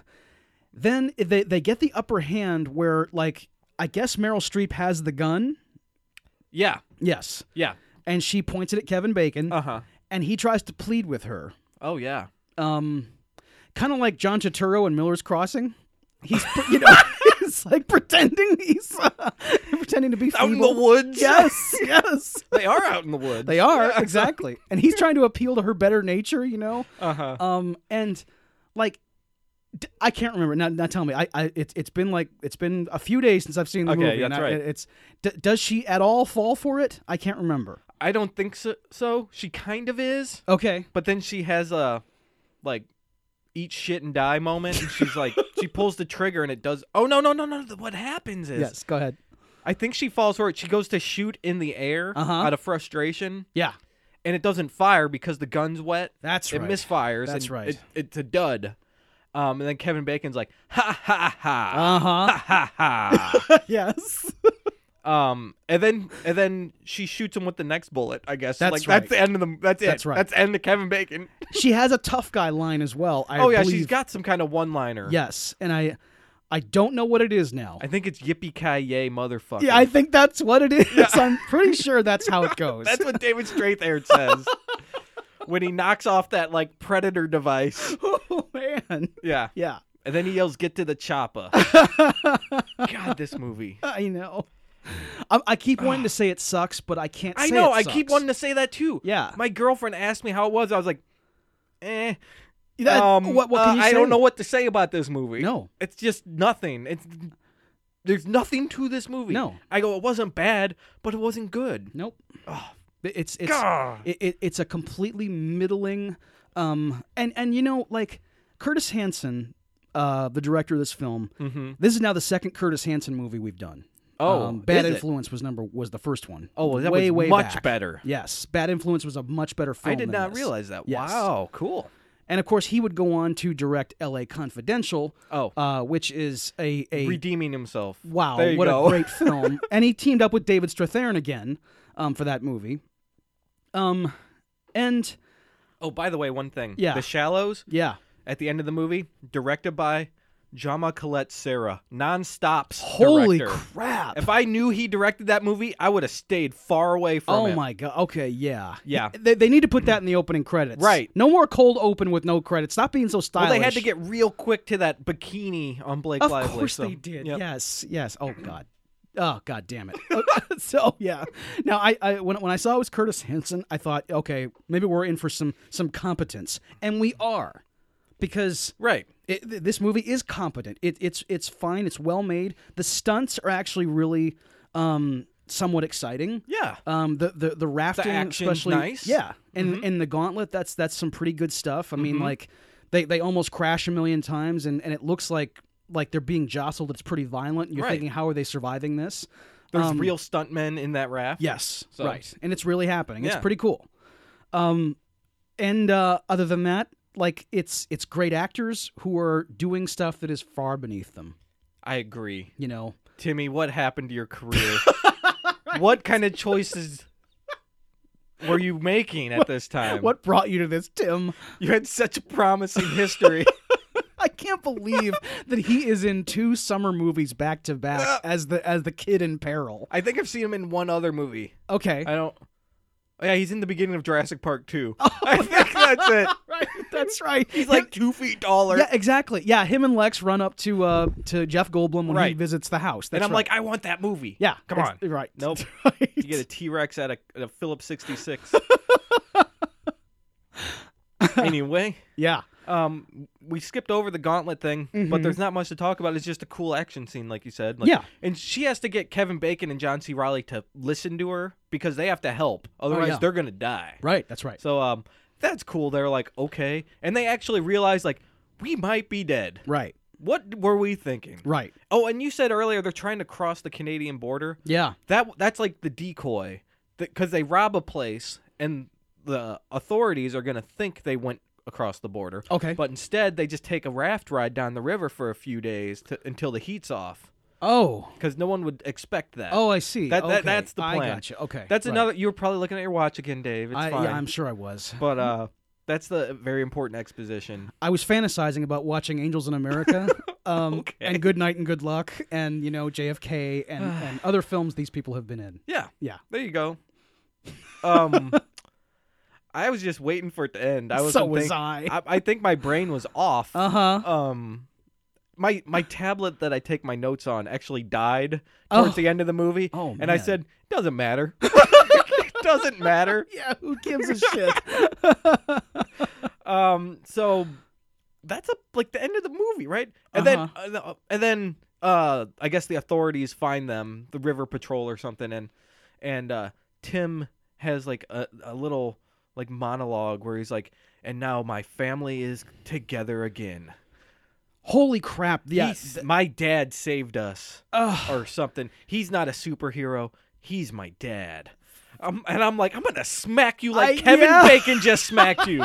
Speaker 2: then they they get the upper hand where like I guess Meryl Streep has the gun,
Speaker 1: Yeah.
Speaker 2: yes,
Speaker 1: Yeah.
Speaker 2: and she points it at Kevin Bacon,
Speaker 1: huh.
Speaker 2: and he tries to plead with her,
Speaker 1: Oh yeah.
Speaker 2: um, kind of like John Turturro in Miller's Crossing. He's pre- you know it's like pretending he's uh, pretending to be
Speaker 1: Out in
Speaker 2: feeble.
Speaker 1: the woods.
Speaker 2: Yes, yes,
Speaker 1: They are out in the woods.
Speaker 2: they are exactly, and he's trying to appeal to her better nature, you know.
Speaker 1: Uh huh.
Speaker 2: Um, and like d- I can't remember. Now, now tell me, I, I it's it's been like it's been a few days since I've seen the
Speaker 1: Okay,
Speaker 2: movie. and
Speaker 1: that's
Speaker 2: I-
Speaker 1: right.
Speaker 2: It's d- does she at all fall for it? I can't remember.
Speaker 1: I don't think so. So she kind of is,
Speaker 2: Okay,
Speaker 1: but then she has a like eat shit and die moment, and she's like, she pulls the trigger and it does. Oh no no no no! What happens is
Speaker 2: yes, go ahead.
Speaker 1: I think she falls for it. She goes to shoot in the air
Speaker 2: Uh-huh.
Speaker 1: out of frustration.
Speaker 2: Yeah,
Speaker 1: and it doesn't fire because the gun's wet.
Speaker 2: that's
Speaker 1: it
Speaker 2: right.
Speaker 1: misfires.
Speaker 2: That's
Speaker 1: and
Speaker 2: right.
Speaker 1: It, it's a dud. Um, and then Kevin Bacon's like, ha ha ha,
Speaker 2: Uh huh.
Speaker 1: ha ha.
Speaker 2: yes.
Speaker 1: um, and then and then she shoots him with the next bullet. I guess.
Speaker 2: That's
Speaker 1: like
Speaker 2: right.
Speaker 1: that's the end of the. That's it.
Speaker 2: That's right.
Speaker 1: That's the end of Kevin Bacon.
Speaker 2: she has a tough guy line as well. I
Speaker 1: oh yeah,
Speaker 2: believe.
Speaker 1: she's got some kind of one liner.
Speaker 2: yes, and I, I don't know what it is now.
Speaker 1: I think it's yippee ki yay motherfucker.
Speaker 2: yeah, I think that's what it is. I'm pretty sure that's how it goes.
Speaker 1: that's what David Strathairn says when he knocks off that like predator device.
Speaker 2: oh man,
Speaker 1: Yeah,
Speaker 2: yeah,
Speaker 1: and then he yells, "Get to the chopper!" God, this movie.
Speaker 2: I know. I, I keep wanting to say it sucks, but I can't.
Speaker 1: I
Speaker 2: say
Speaker 1: know.
Speaker 2: it
Speaker 1: I keep
Speaker 2: sucks.
Speaker 1: wanting to say that too.
Speaker 2: Yeah.
Speaker 1: My girlfriend asked me how it was. I was like, eh.
Speaker 2: That-
Speaker 1: um,
Speaker 2: what, what can
Speaker 1: uh,
Speaker 2: you
Speaker 1: I
Speaker 2: say?
Speaker 1: don't know what to say about this movie.
Speaker 2: No.
Speaker 1: it's just nothing. It's there's nothing to this movie.
Speaker 2: No.
Speaker 1: I go. It wasn't bad, but it wasn't good.
Speaker 2: Nope.
Speaker 1: Oh,
Speaker 2: It's it's
Speaker 1: God.
Speaker 2: it, it, it's a completely middling um and and you know like Curtis Hanson uh the director of this film
Speaker 1: Mm-hmm.
Speaker 2: this is now the second Curtis Hanson movie we've done
Speaker 1: Oh,
Speaker 2: Um, Bad
Speaker 1: is it?
Speaker 2: Influence was number was the first one.
Speaker 1: Oh, well, that
Speaker 2: way
Speaker 1: was
Speaker 2: way
Speaker 1: much
Speaker 2: back.
Speaker 1: better.
Speaker 2: Yes, Bad Influence was a much better film.
Speaker 1: I did
Speaker 2: than
Speaker 1: not
Speaker 2: this.
Speaker 1: realize that.
Speaker 2: Yes.
Speaker 1: Wow, cool.
Speaker 2: And of course, he would go on to direct L.A. Confidential,
Speaker 1: Oh,
Speaker 2: uh, which is a a
Speaker 1: redeeming himself.
Speaker 2: wow,
Speaker 1: There you
Speaker 2: what
Speaker 1: go.
Speaker 2: a great film. and he teamed up with David Strathairn again um, for that movie. Um, and
Speaker 1: Oh, by the way, one thing.
Speaker 2: Yeah.
Speaker 1: The Shallows
Speaker 2: yeah,
Speaker 1: at the end of the movie, directed by Jama Colette Sarah, non-stops
Speaker 2: holy
Speaker 1: director.
Speaker 2: crap!
Speaker 1: If I knew he directed that movie, I would have stayed far away from
Speaker 2: Oh
Speaker 1: it.
Speaker 2: my god. Okay, yeah.
Speaker 1: Yeah.
Speaker 2: They, they need to put that in the opening credits.
Speaker 1: Right.
Speaker 2: No more cold open with no credits. Stop being so
Speaker 1: Well,
Speaker 2: stylish.
Speaker 1: they had to get real quick to that bikini on Blake
Speaker 2: Of
Speaker 1: Lively.
Speaker 2: course
Speaker 1: so-
Speaker 2: they did.
Speaker 1: Yep.
Speaker 2: Yes, yes. Oh God. Oh God damn it. so yeah. Now I, I when when I saw it was Curtis Hanson, I thought, okay, maybe we're in for some some competence, and we are, because
Speaker 1: Right.
Speaker 2: it, th- this movie is competent. It, it's it's fine. It's well made. The stunts are actually really um, somewhat exciting.
Speaker 1: Yeah.
Speaker 2: Um, the the the rafting,
Speaker 1: action's
Speaker 2: especially,
Speaker 1: nice. Mm-hmm.
Speaker 2: yeah, and and the gauntlet. That's that's some pretty good stuff. I mean, like they they almost crash a million times, and and it looks like like they're being jostled. It's pretty violent. And you're
Speaker 1: Right.
Speaker 2: thinking, how are they surviving this?
Speaker 1: There's
Speaker 2: Um,
Speaker 1: real stuntmen in that raft.
Speaker 2: Yes,
Speaker 1: So-
Speaker 2: right. And it's really happening. It's
Speaker 1: Yeah.
Speaker 2: pretty cool. Um, and uh, other than that, like it's it's great actors who are doing stuff that is far beneath them.
Speaker 1: I agree.
Speaker 2: You know,
Speaker 1: Timmy, what happened to your career? What kind of choices were you making at this time?
Speaker 2: what brought you to this, Tim?
Speaker 1: You had such a promising history.
Speaker 2: I can't believe that he is in two summer movies back to back as the as the kid in peril.
Speaker 1: I think I've seen him in one other movie.
Speaker 2: Okay,
Speaker 1: I don't. Oh, yeah, he's in the beginning of Jurassic Park 2.
Speaker 2: Oh.
Speaker 1: I think that's it.
Speaker 2: right, that's right.
Speaker 1: He's like two feet taller.
Speaker 2: yeah, exactly. Yeah, him and Lex run up to uh to Jeff Goldblum when he
Speaker 1: Right.
Speaker 2: visits the house. That's
Speaker 1: and I'm
Speaker 2: right.
Speaker 1: like, I want that movie.
Speaker 2: yeah,
Speaker 1: Come
Speaker 2: that's-
Speaker 1: on.
Speaker 2: right?
Speaker 1: Nope.
Speaker 2: Right.
Speaker 1: You get a T Rex at a, at a Phillips 66. anyway,
Speaker 2: yeah.
Speaker 1: um, we skipped over the gauntlet thing, but there's not much to talk about. It's just a cool action scene, like you said. Like,
Speaker 2: Mm-hmm. Yeah.
Speaker 1: And she has to get Kevin Bacon and John C. Riley to listen to her because they have to help. Otherwise,
Speaker 2: Oh, yeah.
Speaker 1: they're going to die.
Speaker 2: Right. That's right.
Speaker 1: So um, that's cool. They're like, okay. And they actually realize, like, we might be dead.
Speaker 2: Right.
Speaker 1: What were we thinking?
Speaker 2: Right.
Speaker 1: Oh, and you said earlier they're trying to cross the Canadian border.
Speaker 2: Yeah.
Speaker 1: That that's like the decoy, because they rob a place and the authorities are gonna think they went across the border.
Speaker 2: Okay.
Speaker 1: But instead, they just take a raft ride down the river for a few days to, until the heat's off,
Speaker 2: oh.
Speaker 1: because no one would expect that.
Speaker 2: Oh, I see.
Speaker 1: That- that-
Speaker 2: Okay,
Speaker 1: that's the
Speaker 2: I
Speaker 1: plan.
Speaker 2: gotcha. Okay.
Speaker 1: that's
Speaker 2: right.
Speaker 1: another. You were probably looking at your watch again, Dave. It's
Speaker 2: I,
Speaker 1: fine.
Speaker 2: yeah, I'm sure I was.
Speaker 1: But uh, that's the very important exposition.
Speaker 2: I was fantasizing about watching Angels in America, um,
Speaker 1: Okay.
Speaker 2: and Good Night and Good Luck, and you know JFK and, and other films these people have been in.
Speaker 1: Yeah.
Speaker 2: Yeah.
Speaker 1: There you go. Um, I was just waiting for it to end. I was
Speaker 2: so was I.
Speaker 1: I, I think my brain was off.
Speaker 2: Uh huh.
Speaker 1: um my my tablet that I take my notes on actually died towards
Speaker 2: Oh.
Speaker 1: the end of the movie.
Speaker 2: Oh,
Speaker 1: and I
Speaker 2: man.
Speaker 1: said, doesn't matter. It doesn't matter.
Speaker 2: Yeah. Who gives a shit?
Speaker 1: Um so that's a, like the end of the movie, right? And then
Speaker 2: Uh-huh.
Speaker 1: uh, the- uh, and then uh I guess the authorities find them, the river patrol or something and and uh Tim has like a, a little like monologue where he's like and now my family is together again.
Speaker 2: Holy crap! Yeah.
Speaker 1: He's- my dad saved us.
Speaker 2: Ugh.
Speaker 1: or something. He's not a superhero. He's my dad. Um, and I'm like, I'm gonna smack you like
Speaker 2: I-
Speaker 1: Kevin
Speaker 2: yeah.
Speaker 1: Bacon just smacked you.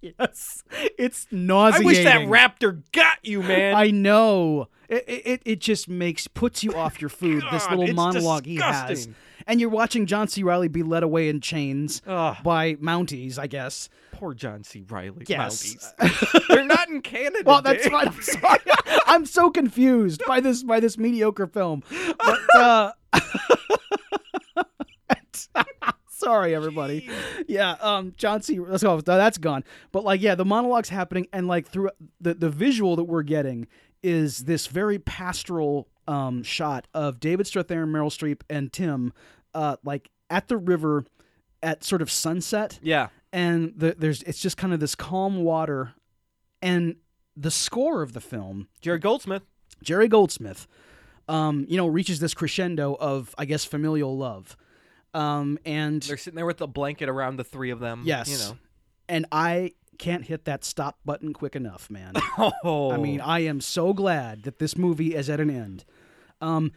Speaker 2: yes. It's
Speaker 1: I
Speaker 2: nauseating.
Speaker 1: wish that raptor got you, man.
Speaker 2: I know. It, it it- it just makes puts you off your food. this
Speaker 1: God,
Speaker 2: little
Speaker 1: it's
Speaker 2: monologue he has,
Speaker 1: disgusting.
Speaker 2: and you're watching John C. Riley be led away in chains
Speaker 1: Ugh.
Speaker 2: by Mounties, I guess.
Speaker 1: Poor John C. Riley.
Speaker 2: Yes.
Speaker 1: Mounties. They're not in Canada.
Speaker 2: Well, that's
Speaker 1: Dave.
Speaker 2: fine. I'm sorry. I'm so confused by this by this mediocre film. But, uh, sorry, everybody. Yeah, um, John C. Let's go. That's gone. But like, yeah, the monologue's happening, and like through the the visual that we're getting is this very pastoral um, shot of David Strathairn, Meryl Streep, and Tim, uh, like at the river at sort of sunset
Speaker 1: Yeah.
Speaker 2: and the, there's it's just kind of this calm water, and the score of the film
Speaker 1: Jared Goldsmith.
Speaker 2: Jerry Goldsmith, um, you know, reaches this crescendo of, I guess, familial love. Um, and
Speaker 1: They're sitting there with a blanket around the three of them.
Speaker 2: yes,
Speaker 1: You know.
Speaker 2: and I can't hit that stop button quick enough, man.
Speaker 1: Oh.
Speaker 2: I mean, I am so glad that this movie is at an end. Um,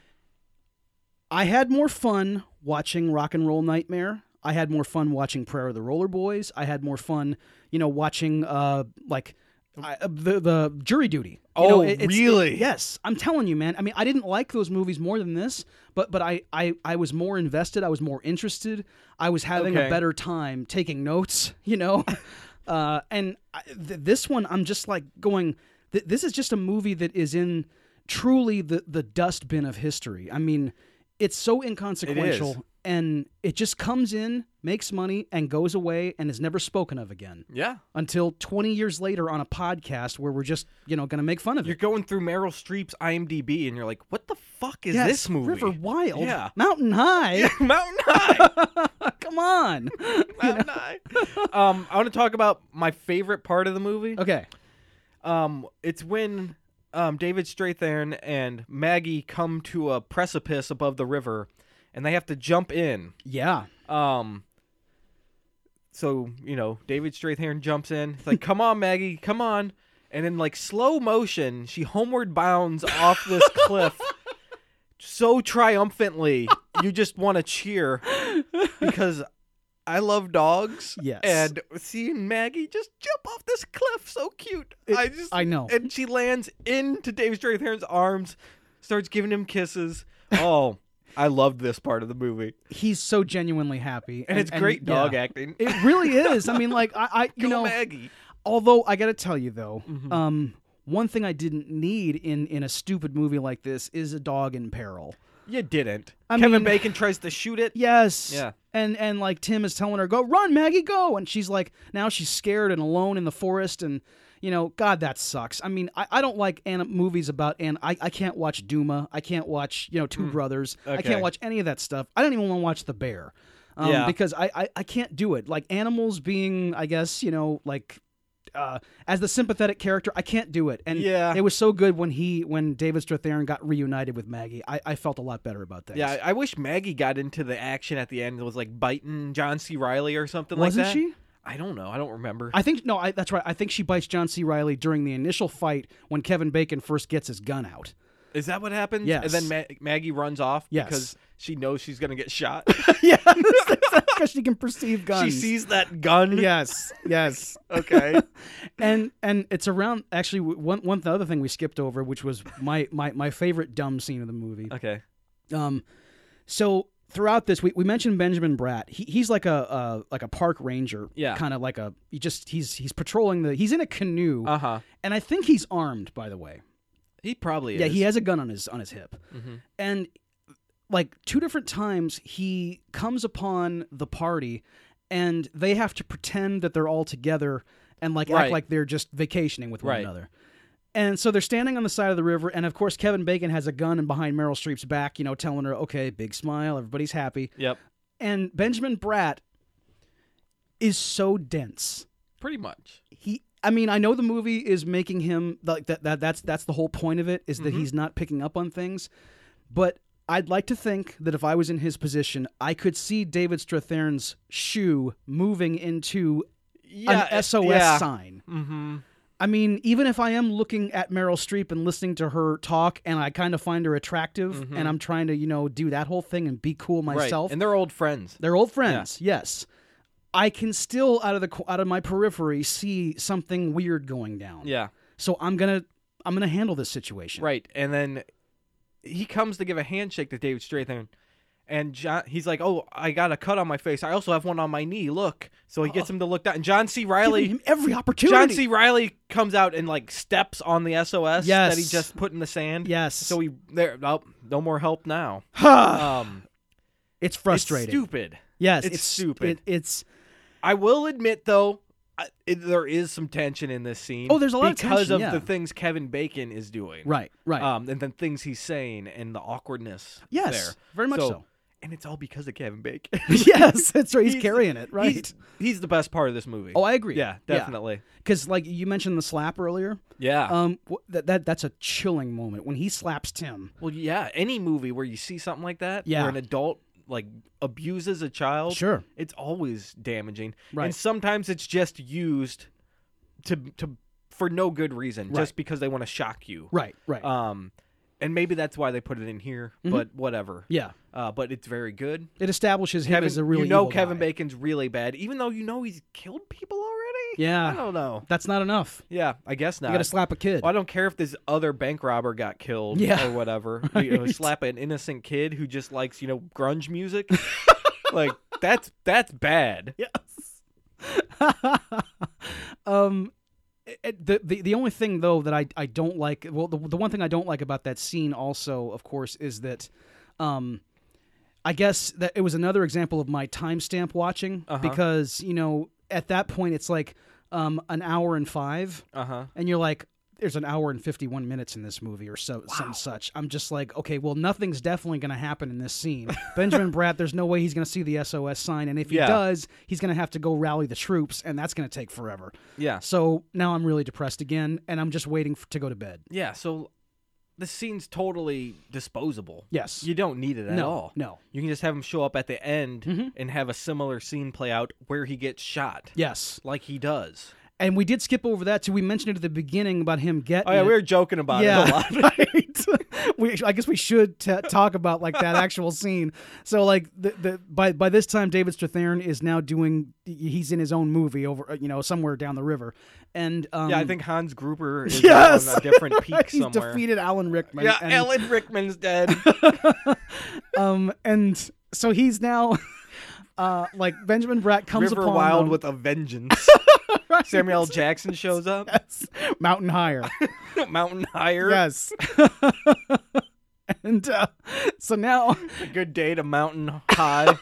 Speaker 2: I had more fun watching Rock and Roll Nightmare. I had more fun watching Prayer of the Roller Boys. I had more fun, you know, watching uh like I, uh, the the Jury Duty. You know,
Speaker 1: Oh,
Speaker 2: it- it's-
Speaker 1: really?
Speaker 2: it- yes, I'm telling you, man. I mean, I didn't like those movies more than this, but but I I, I was more invested. I was more interested. I was having a
Speaker 1: Okay.
Speaker 2: better time taking notes. You know, uh, and I, th- this one, I'm just like going. Th- this is just a movie that is in truly the the dustbin of history. I mean, it's so inconsequential, and it just comes in, makes money, and goes away, and is never spoken of again
Speaker 1: yeah.
Speaker 2: until 20 years later on a podcast where we're just you know going to make fun of it.
Speaker 1: You're going through Meryl Streep's IMDb and you're like, what the fuck is
Speaker 2: Yes,
Speaker 1: this movie?
Speaker 2: River Wild,
Speaker 1: Yeah.
Speaker 2: Mountain High.
Speaker 1: Mountain High.
Speaker 2: Come on.
Speaker 1: Mountain High. Um, I want to talk about my favorite part of the movie.
Speaker 2: Okay.
Speaker 1: Um, it's when um, David Strathairn and Maggie come to a precipice above the river, and they have to jump in.
Speaker 2: Yeah.
Speaker 1: Um, so you know, David Strathairn jumps in. It's like, come on, Maggie, come on. And in like slow motion, she homeward bounds off this cliff so triumphantly. You just want to cheer because I love dogs.
Speaker 2: Yes.
Speaker 1: And seeing Maggie just jump off this cliff, so cute. I just
Speaker 2: I know.
Speaker 1: and she lands into David Strathairn's arms, starts giving him kisses. Oh, I loved this part of the movie.
Speaker 2: He's so genuinely happy.
Speaker 1: And, it's great
Speaker 2: yeah.
Speaker 1: dog acting.
Speaker 2: It really is. I mean, like I, I you
Speaker 1: Go
Speaker 2: know,
Speaker 1: Maggie.
Speaker 2: although I got to tell you though,
Speaker 1: Mm-hmm.
Speaker 2: um, one thing I didn't need in in a stupid movie like this is a dog in peril.
Speaker 1: You didn't.
Speaker 2: I
Speaker 1: Kevin
Speaker 2: mean-
Speaker 1: Bacon tries to shoot it.
Speaker 2: Yes.
Speaker 1: Yeah.
Speaker 2: And and like Tim is telling her, "Go run, Maggie, go!" And she's like, now she's scared and alone in the forest, and you know, God, that sucks. I mean, I, I don't like anim- movies about and I I can't watch Duma, I can't watch you know Two Brothers, I
Speaker 1: Hmm. Okay.
Speaker 2: can't watch any of that stuff. I don't even want to watch The Bear, um,
Speaker 1: Yeah.
Speaker 2: because I, I I can't do it. Like animals being, I guess you know, like uh, as the sympathetic character, I can't do it. And
Speaker 1: Yeah.
Speaker 2: it was so good when he when David Strathairn got reunited with Maggie. I, I felt a lot better about things.
Speaker 1: Yeah, I- I wish Maggie got into the action at the end and was like biting John C. Riley or something
Speaker 2: wasn't
Speaker 1: like that.
Speaker 2: she?
Speaker 1: I don't know. I don't remember.
Speaker 2: I think no, I, that's right. I think she bites John C. Riley during the initial fight when Kevin Bacon first gets his gun out.
Speaker 1: Is that what happens?
Speaker 2: Yes.
Speaker 1: And then Ma- Maggie runs off
Speaker 2: Yes.
Speaker 1: because she knows she's going to get shot.
Speaker 2: yes, because she can perceive
Speaker 1: she
Speaker 2: guns.
Speaker 1: sees that gun.
Speaker 2: Yes, yes,
Speaker 1: Okay.
Speaker 2: and and it's around actually w- one one the other thing we skipped over, which was my my my favorite dumb scene of the movie.
Speaker 1: okay.
Speaker 2: Um, so throughout this, we, we mentioned Benjamin Bratt. He, he's like a uh, like a park ranger.
Speaker 1: Yeah.
Speaker 2: kind of like a he just he's he's patrolling the he's in a canoe,
Speaker 1: Uh huh.
Speaker 2: and I think he's armed by the way.
Speaker 1: He probably
Speaker 2: Yeah,
Speaker 1: is.
Speaker 2: he has a gun on his on his hip.
Speaker 1: Mhm.
Speaker 2: And like two different times he comes upon the party and they have to pretend that they're all together and like act
Speaker 1: Right.
Speaker 2: like they're just vacationing with one
Speaker 1: Right.
Speaker 2: another. And so they're standing on the side of the river and of course Kevin Bacon has a gun and behind Meryl Streep's back, you know, telling her, "Okay, big smile, everybody's happy."
Speaker 1: Yep.
Speaker 2: And Benjamin Bratt is so dense
Speaker 1: Pretty much.
Speaker 2: he I mean, I know the movie is making him like that, that that's that's the whole point of it is
Speaker 1: Mm-hmm.
Speaker 2: that he's not picking up on things. But I'd like to think that if I was in his position, I could see David Strathairn's shoe moving into
Speaker 1: Yeah.
Speaker 2: an SOS
Speaker 1: yeah.
Speaker 2: sign.
Speaker 1: Mm-hmm.
Speaker 2: I mean, even if I am looking at Meryl Streep and listening to her talk and I kind of find her attractive and I'm trying to, you know, do that whole thing and be cool myself.
Speaker 1: Mm-hmm. Right. And they're old friends.
Speaker 2: They're old friends. Yes. I can still out of the co- out of my periphery see something weird going down.
Speaker 1: Yeah.
Speaker 2: So I'm going to I'm going to handle this situation.
Speaker 1: Right. And then he comes to give a handshake to David Strathairn. And John, he's like, "Oh, I got a cut on my face. I also have one on my knee. Look." So he gets him to look down. And John C.
Speaker 2: Giving
Speaker 1: Riley,
Speaker 2: him every opportunity.
Speaker 1: John C. Riley comes out and like steps on the SOS that he
Speaker 2: Yes.
Speaker 1: just put in the sand.
Speaker 2: Yes.
Speaker 1: So he there. Oh, no more help now. Um, it's
Speaker 2: it's frustrating.
Speaker 1: stupid.
Speaker 2: Yes,
Speaker 1: It's stupid.
Speaker 2: it- it's
Speaker 1: I will admit though, I, it, there is some tension in this scene.
Speaker 2: Oh, there's a lot of
Speaker 1: because
Speaker 2: tension,
Speaker 1: of
Speaker 2: yeah.
Speaker 1: the things Kevin Bacon is doing. Uh,
Speaker 2: right, right.
Speaker 1: Um, and then things he's saying and the awkwardness.
Speaker 2: yes,
Speaker 1: there.
Speaker 2: very much so.
Speaker 1: and it's all because of Kevin Bacon.
Speaker 2: yes, that's right. He's,
Speaker 1: He's-
Speaker 2: carrying it, right?
Speaker 1: He's, he's the best part of this movie.
Speaker 2: oh, I agree.
Speaker 1: yeah, definitely. Uh-huh.
Speaker 2: Because like you mentioned the slap earlier,
Speaker 1: Yeah.
Speaker 2: um, wh- that, that that's a chilling moment when he slaps Tim.
Speaker 1: well, yeah. Any movie where you see something like that,
Speaker 2: Yeah.
Speaker 1: where an adult like abuses a child,
Speaker 2: Sure.
Speaker 1: it's always damaging.
Speaker 2: Right.
Speaker 1: And sometimes it's just used to to for no good reason, just because they want to shock you.
Speaker 2: Right. Right. Mm-hmm.
Speaker 1: Um, and maybe that's why they put it in here. But whatever.
Speaker 2: yeah.
Speaker 1: Uh, but it's very good.
Speaker 2: It establishes him
Speaker 1: Kevin,
Speaker 2: as a really
Speaker 1: you know
Speaker 2: evil
Speaker 1: Kevin
Speaker 2: guy.
Speaker 1: Bacon's really bad, even though you know he's killed people already.
Speaker 2: Yeah.
Speaker 1: I don't know.
Speaker 2: That's not enough.
Speaker 1: Yeah, I guess
Speaker 2: You
Speaker 1: not.
Speaker 2: got to slap a kid.
Speaker 1: Well, I don't care if this other bank robber got killed
Speaker 2: Yeah.
Speaker 1: or whatever. You know, slap an innocent kid who just likes, you know, grunge music. like that's that's bad.
Speaker 2: um, it- it- the, the the only thing though that I, I don't like well the, the one thing I don't like about that scene also of course is that um I guess that it was another example of my timestamp watching
Speaker 1: Uh-huh.
Speaker 2: because you know at that point it's like um an hour and five
Speaker 1: Uh-huh.
Speaker 2: and you're like there's an hour and 51 minutes in this movie or so some such i'm just like okay well nothing's definitely going to happen in this scene benjamin bratt there's no way he's going to see the sos sign and if he
Speaker 1: Yeah.
Speaker 2: does he's going to have to go rally the troops and that's going to take forever
Speaker 1: Yeah.
Speaker 2: so now i'm really depressed again and i'm just waiting f to go to bed
Speaker 1: Yeah, so the scene's totally disposable.
Speaker 2: yes
Speaker 1: You don't need it at
Speaker 2: no
Speaker 1: all.
Speaker 2: no Mm-hmm.
Speaker 1: You can just have him show up at the end and have a similar scene play out where he gets shot.
Speaker 2: yes
Speaker 1: Like he does.
Speaker 2: and we did skip over that too we mentioned it at the beginning about him getting
Speaker 1: Oh yeah,
Speaker 2: it.
Speaker 1: we were joking about it a
Speaker 2: yeah,
Speaker 1: lot.
Speaker 2: right. we, I guess we should t- talk about like that actual scene. So like the, the by by this time, David Strathairn is now doing. He's in his own movie over you know somewhere down the river, and um,
Speaker 1: Yeah, I think Hans Gruber is
Speaker 2: Yes!
Speaker 1: on a different peak
Speaker 2: he's
Speaker 1: somewhere.
Speaker 2: defeated Alan Rickman.
Speaker 1: yeah,
Speaker 2: and,
Speaker 1: Alan Rickman's dead.
Speaker 2: Um, and so he's now. Uh, like Benjamin Bratt comes
Speaker 1: River
Speaker 2: upon
Speaker 1: Wild
Speaker 2: him-
Speaker 1: with a vengeance. Samuel L. Jackson shows up,
Speaker 2: Mountain Higher.
Speaker 1: mountain higher.
Speaker 2: yes. and uh, so now,
Speaker 1: A good day to mountain high.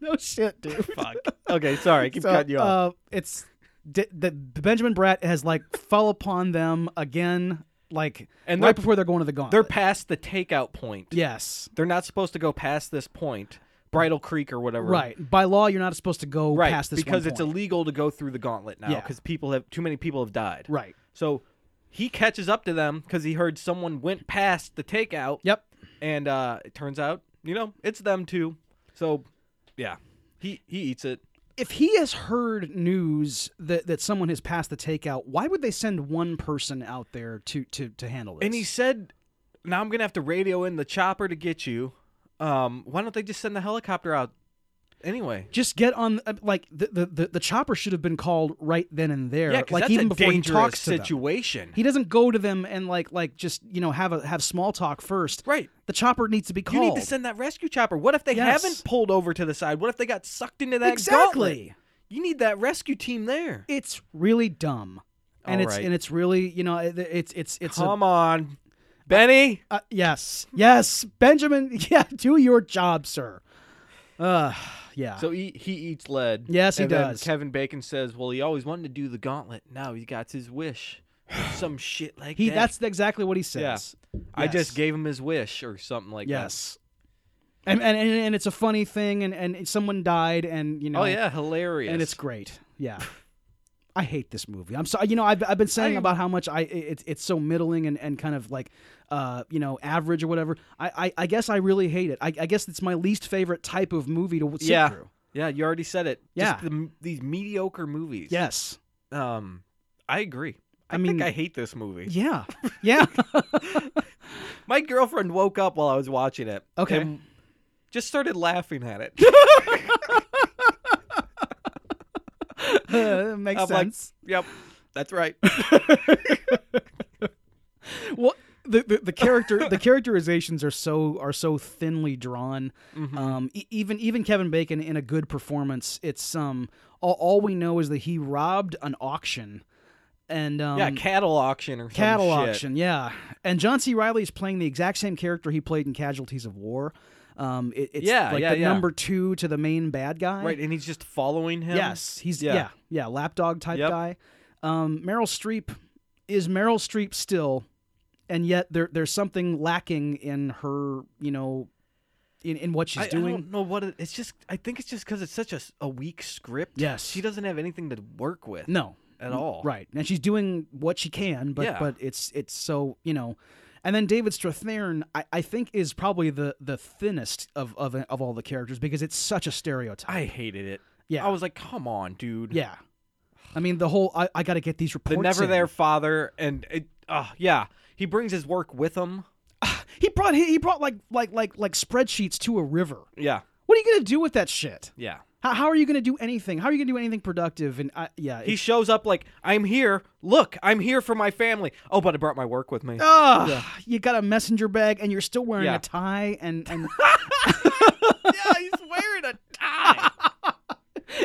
Speaker 2: no shit, dude.
Speaker 1: Fuck. Okay, sorry, keep
Speaker 2: So,
Speaker 1: cutting you off.
Speaker 2: Uh, it's d- the the Benjamin Bratt has like fell upon them again, like
Speaker 1: And
Speaker 2: right
Speaker 1: they're-
Speaker 2: before they're going to the gauntlet.
Speaker 1: They're past the takeout point.
Speaker 2: yes,
Speaker 1: They're not supposed to go past this point, Bridle Creek or whatever.
Speaker 2: right. By law, you're not supposed to go
Speaker 1: Right.
Speaker 2: past this
Speaker 1: because
Speaker 2: one
Speaker 1: it's
Speaker 2: point.
Speaker 1: illegal to go through the gauntlet now
Speaker 2: Yeah.
Speaker 1: because people have too many people have died.
Speaker 2: right.
Speaker 1: So he catches up to them because he heard someone went past the takeout.
Speaker 2: Yep.
Speaker 1: And uh, it turns out, you know, it's them too. So, yeah, he he eats it.
Speaker 2: If he has heard news that, that someone has passed the takeout, why would they send one person out there to to to handle this?
Speaker 1: And he said, "Now I'm gonna have to radio in the chopper to get you. Um, why don't they just send the helicopter out anyway?
Speaker 2: just get on uh, like the the, the, the chopper should have been called right then and there.
Speaker 1: Yeah, because
Speaker 2: like
Speaker 1: that's
Speaker 2: even
Speaker 1: a
Speaker 2: before he
Speaker 1: dangerous
Speaker 2: talks to them.
Speaker 1: situation.
Speaker 2: He doesn't go to them and like like just you know have a have small talk first.
Speaker 1: right.
Speaker 2: The chopper needs to be
Speaker 1: You
Speaker 2: called.
Speaker 1: need to send that rescue chopper. What if they
Speaker 2: Yes.
Speaker 1: haven't pulled over to the side? What if they got sucked into that
Speaker 2: exactly.
Speaker 1: gauntlet? You need that rescue team there.
Speaker 2: It's really dumb, and
Speaker 1: All
Speaker 2: it's
Speaker 1: right.
Speaker 2: and it's really you know it, it's it's it's a,
Speaker 1: Come on, Benny.
Speaker 2: uh, yes yes Benjamin yeah do your job sir. Uh yeah.
Speaker 1: So he, he eats lead.
Speaker 2: Yes, he
Speaker 1: And then
Speaker 2: does.
Speaker 1: Kevin Bacon says, "Well, he always wanted to do the gauntlet. Now he got his wish." Some shit like
Speaker 2: he
Speaker 1: that.
Speaker 2: that's exactly what he says.
Speaker 1: I
Speaker 2: Yes.
Speaker 1: just gave him his wish or something like that.
Speaker 2: yes. And, and, and and it's a funny thing, and, and someone died, and you know,
Speaker 1: Oh yeah, hilarious.
Speaker 2: and it's great. Yeah, I hate this movie. I'm sorry. You know, I've, I've been saying
Speaker 1: I-
Speaker 2: about how much I it's it's so middling and, and kind of like, uh, you know, average or whatever. I I, I guess I really hate it. I, I guess it's my least favorite type of movie to sit
Speaker 1: yeah.
Speaker 2: through.
Speaker 1: Yeah, you already said it.
Speaker 2: Yeah.
Speaker 1: Just the, these mediocre movies.
Speaker 2: Yes.
Speaker 1: Um I agree. I,
Speaker 2: I mean-
Speaker 1: think I hate this movie.
Speaker 2: Yeah. Yeah.
Speaker 1: My girlfriend woke up while I was watching it.
Speaker 2: Okay.
Speaker 1: and just started laughing at it.
Speaker 2: Uh, makes
Speaker 1: I'm like,
Speaker 2: sense.
Speaker 1: yep. That's right.
Speaker 2: well, the, the the character the characterizations are so are so thinly drawn.
Speaker 1: Mm-hmm.
Speaker 2: Um, e- even even Kevin Bacon in a good performance, it's um all, all we know is that he robbed an auction, and um,
Speaker 1: yeah, cattle auction or some
Speaker 2: cattle
Speaker 1: shit.
Speaker 2: auction. Yeah, and John C. Riley is playing the exact same character he played in Casualties of War. Um, it, it's
Speaker 1: Yeah,
Speaker 2: like
Speaker 1: yeah,
Speaker 2: the
Speaker 1: yeah.
Speaker 2: number two to the main bad guy.
Speaker 1: Right, and he's just following him.
Speaker 2: Yes, he's yeah,
Speaker 1: Yeah.
Speaker 2: yeah, lapdog type
Speaker 1: Yep.
Speaker 2: guy. Um, Meryl Streep is Meryl Streep still, and yet there there's something lacking in her, you know, in, in what she's
Speaker 1: I, I
Speaker 2: doing.
Speaker 1: don't know what it, it's just. I think it's just because it's such a, s- a weak script.
Speaker 2: Yes.
Speaker 1: she doesn't have anything to work with
Speaker 2: no,
Speaker 1: at all.
Speaker 2: Right. And she's doing what she can, but
Speaker 1: Yeah.
Speaker 2: but it's it's so, you know. And then David Strathairn, I, I think, is probably the the thinnest of, of of all the characters because it's such a stereotype.
Speaker 1: I hated it.
Speaker 2: yeah.
Speaker 1: I was like, come on, dude.
Speaker 2: yeah. I mean, the whole I, I got to get these reports.
Speaker 1: the never
Speaker 2: in.
Speaker 1: there father, and it. Uh, yeah, he brings his work with him.
Speaker 2: He brought he, he brought like like like like spreadsheets to a river.
Speaker 1: Yeah,
Speaker 2: What are you gonna do with that shit?
Speaker 1: yeah.
Speaker 2: How, how are you gonna do anything? How are you gonna do anything productive? And I, yeah,
Speaker 1: He
Speaker 2: it's-
Speaker 1: shows up like, I'm here. Look, I'm here for my family. Oh, but I brought my work with me.
Speaker 2: Ugh, you got a messenger bag and you're still wearing
Speaker 1: Yeah.
Speaker 2: a tie and and
Speaker 1: yeah, he's wearing a tie.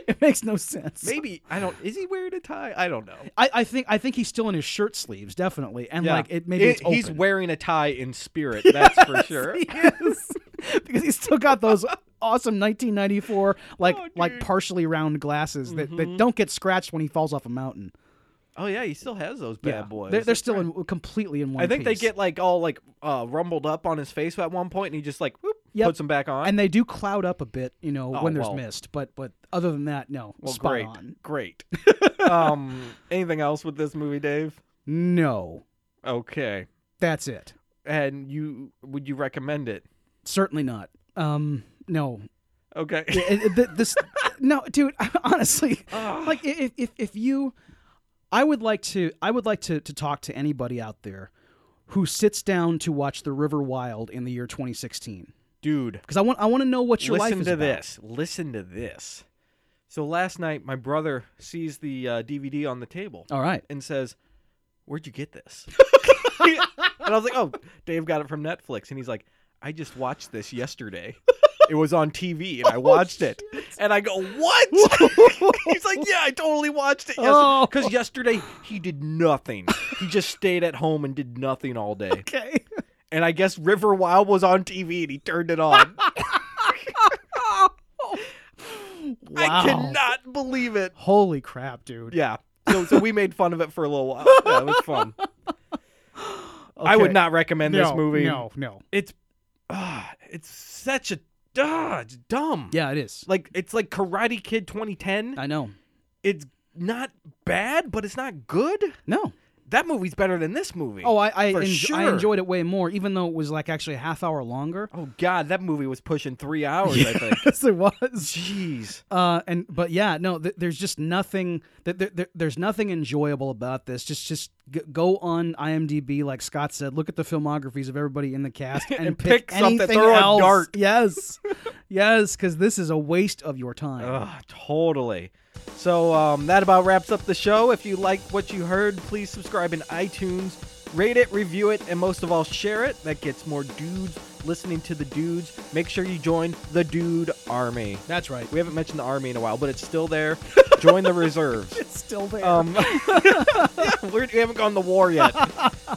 Speaker 2: it makes no sense.
Speaker 1: Maybe I don't. Is he wearing a tie? I don't know.
Speaker 2: I, I think I think he's still in his shirt sleeves, definitely, and like it maybe it's
Speaker 1: he's
Speaker 2: open.
Speaker 1: wearing a tie in spirit. That's for sure.
Speaker 2: He is. because he's still got those awesome 1994 like
Speaker 1: Oh,
Speaker 2: like
Speaker 1: dude. Mm-hmm.
Speaker 2: partially round glasses that, that don't get scratched when he falls off a mountain.
Speaker 1: Oh yeah, he still has those bad boys.
Speaker 2: they're, they're
Speaker 1: That's
Speaker 2: still
Speaker 1: right.
Speaker 2: in, completely in one.
Speaker 1: I think they
Speaker 2: piece.
Speaker 1: get like all like uh, rumbled up on his face at one point, and he just like whoop,
Speaker 2: Yep.
Speaker 1: puts them back on.
Speaker 2: and they do cloud up a bit, you know,
Speaker 1: Oh,
Speaker 2: when there's
Speaker 1: well.
Speaker 2: mist. But but other than that, no,
Speaker 1: well,
Speaker 2: spot
Speaker 1: great,
Speaker 2: on.
Speaker 1: great. um, anything else with this movie, Dave?
Speaker 2: No,
Speaker 1: Okay.
Speaker 2: that's it.
Speaker 1: And you would you recommend it?
Speaker 2: Certainly not. Um, no,
Speaker 1: Okay.
Speaker 2: It- it- th- this no, dude. Honestly,
Speaker 1: Ugh.
Speaker 2: like if, if if you i would like to i would like to, to talk to anybody out there who sits down to watch the river wild in the year 2016
Speaker 1: dude.
Speaker 2: because i want i want to know what your
Speaker 1: listen
Speaker 2: life is
Speaker 1: to
Speaker 2: about.
Speaker 1: this listen to this so last night my brother sees the uh, dvd on the table
Speaker 2: all right
Speaker 1: and says where'd you get this and i was like oh dave got it from netflix and he's like i just watched this yesterday it was on tv
Speaker 2: Oh,
Speaker 1: and i watched it and i go what he's like yeah i totally watched it
Speaker 2: Oh.
Speaker 1: because yesterday he did nothing he just stayed at home and did nothing all day
Speaker 2: okay
Speaker 1: and i guess river wild was on tv and he turned it on
Speaker 2: wow
Speaker 1: i cannot believe it
Speaker 2: holy crap dude
Speaker 1: Yeah. So, so we made fun of it for a little while. Yeah, it was fun. I would
Speaker 2: Okay.
Speaker 1: not recommend this
Speaker 2: No,
Speaker 1: movie.
Speaker 2: no no
Speaker 1: It's uh, it's such a uh, it's dumb.
Speaker 2: yeah it is
Speaker 1: Like it's like Karate Kid 2010.
Speaker 2: i know
Speaker 1: It's not bad, but it's not good.
Speaker 2: no
Speaker 1: That movie's better than this movie.
Speaker 2: oh i I,
Speaker 1: For
Speaker 2: enj- I
Speaker 1: sure.
Speaker 2: enjoyed it way more even though it was like actually a half hour longer
Speaker 1: Oh, god, that movie was pushing 3 hours, I think.
Speaker 2: yes it was
Speaker 1: Jeez.
Speaker 2: Uh, and but yeah, no, th- there's just nothing. Th- th- th- there's nothing enjoyable about this. Just just g- go on IMDb, like Scott said, look at the filmographies of everybody in the cast and,
Speaker 1: And
Speaker 2: pick,
Speaker 1: pick something,
Speaker 2: anything
Speaker 1: throw a
Speaker 2: else.
Speaker 1: dart.
Speaker 2: Yes, yes, because this is a waste of your time.
Speaker 1: Ugh, totally. So um, that about wraps up the show. If you liked what you heard, please subscribe in iTunes, rate it, review it, and most of all, share it. That gets more dudes listening to the dudes. Make sure you join the dude army.
Speaker 2: That's right.
Speaker 1: We haven't mentioned the army in a while, but it's still there. Join the reserves.
Speaker 2: It's still there.
Speaker 1: Um, we're, we haven't gone to war yet.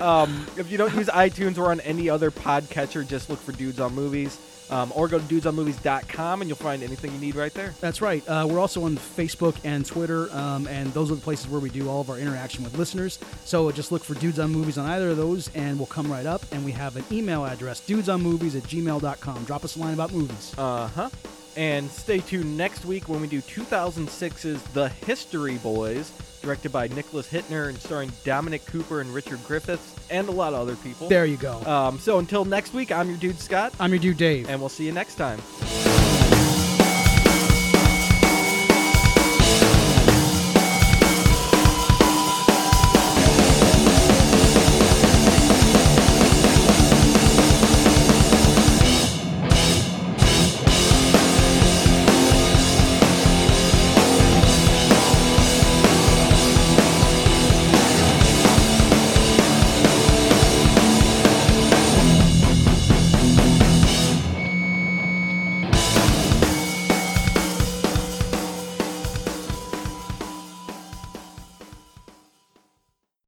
Speaker 1: Um, if you don't use iTunes or on any other podcatcher, just look for Dudes on Movies um, or go to dudesonmovies.com and you'll find anything you need right there.
Speaker 2: That's right. Uh, we're also on Facebook and Twitter, um, and those are the places where we do all of our interaction with listeners. So just look for Dudes on Movies on either of those, and we'll come right up. And we have an email address, dudesonmovies at gmail.com. Drop us a line about movies.
Speaker 1: Uh huh. And stay tuned next week when we do 2006's The History Boys, directed by Nicholas Hittner and starring Dominic Cooper and Richard Griffiths and a lot of other people. uh,
Speaker 2: There you go.
Speaker 1: Um, so until next week, I'm your dude Scott,
Speaker 2: I'm your dude, Dave.
Speaker 1: and we'll see you next time.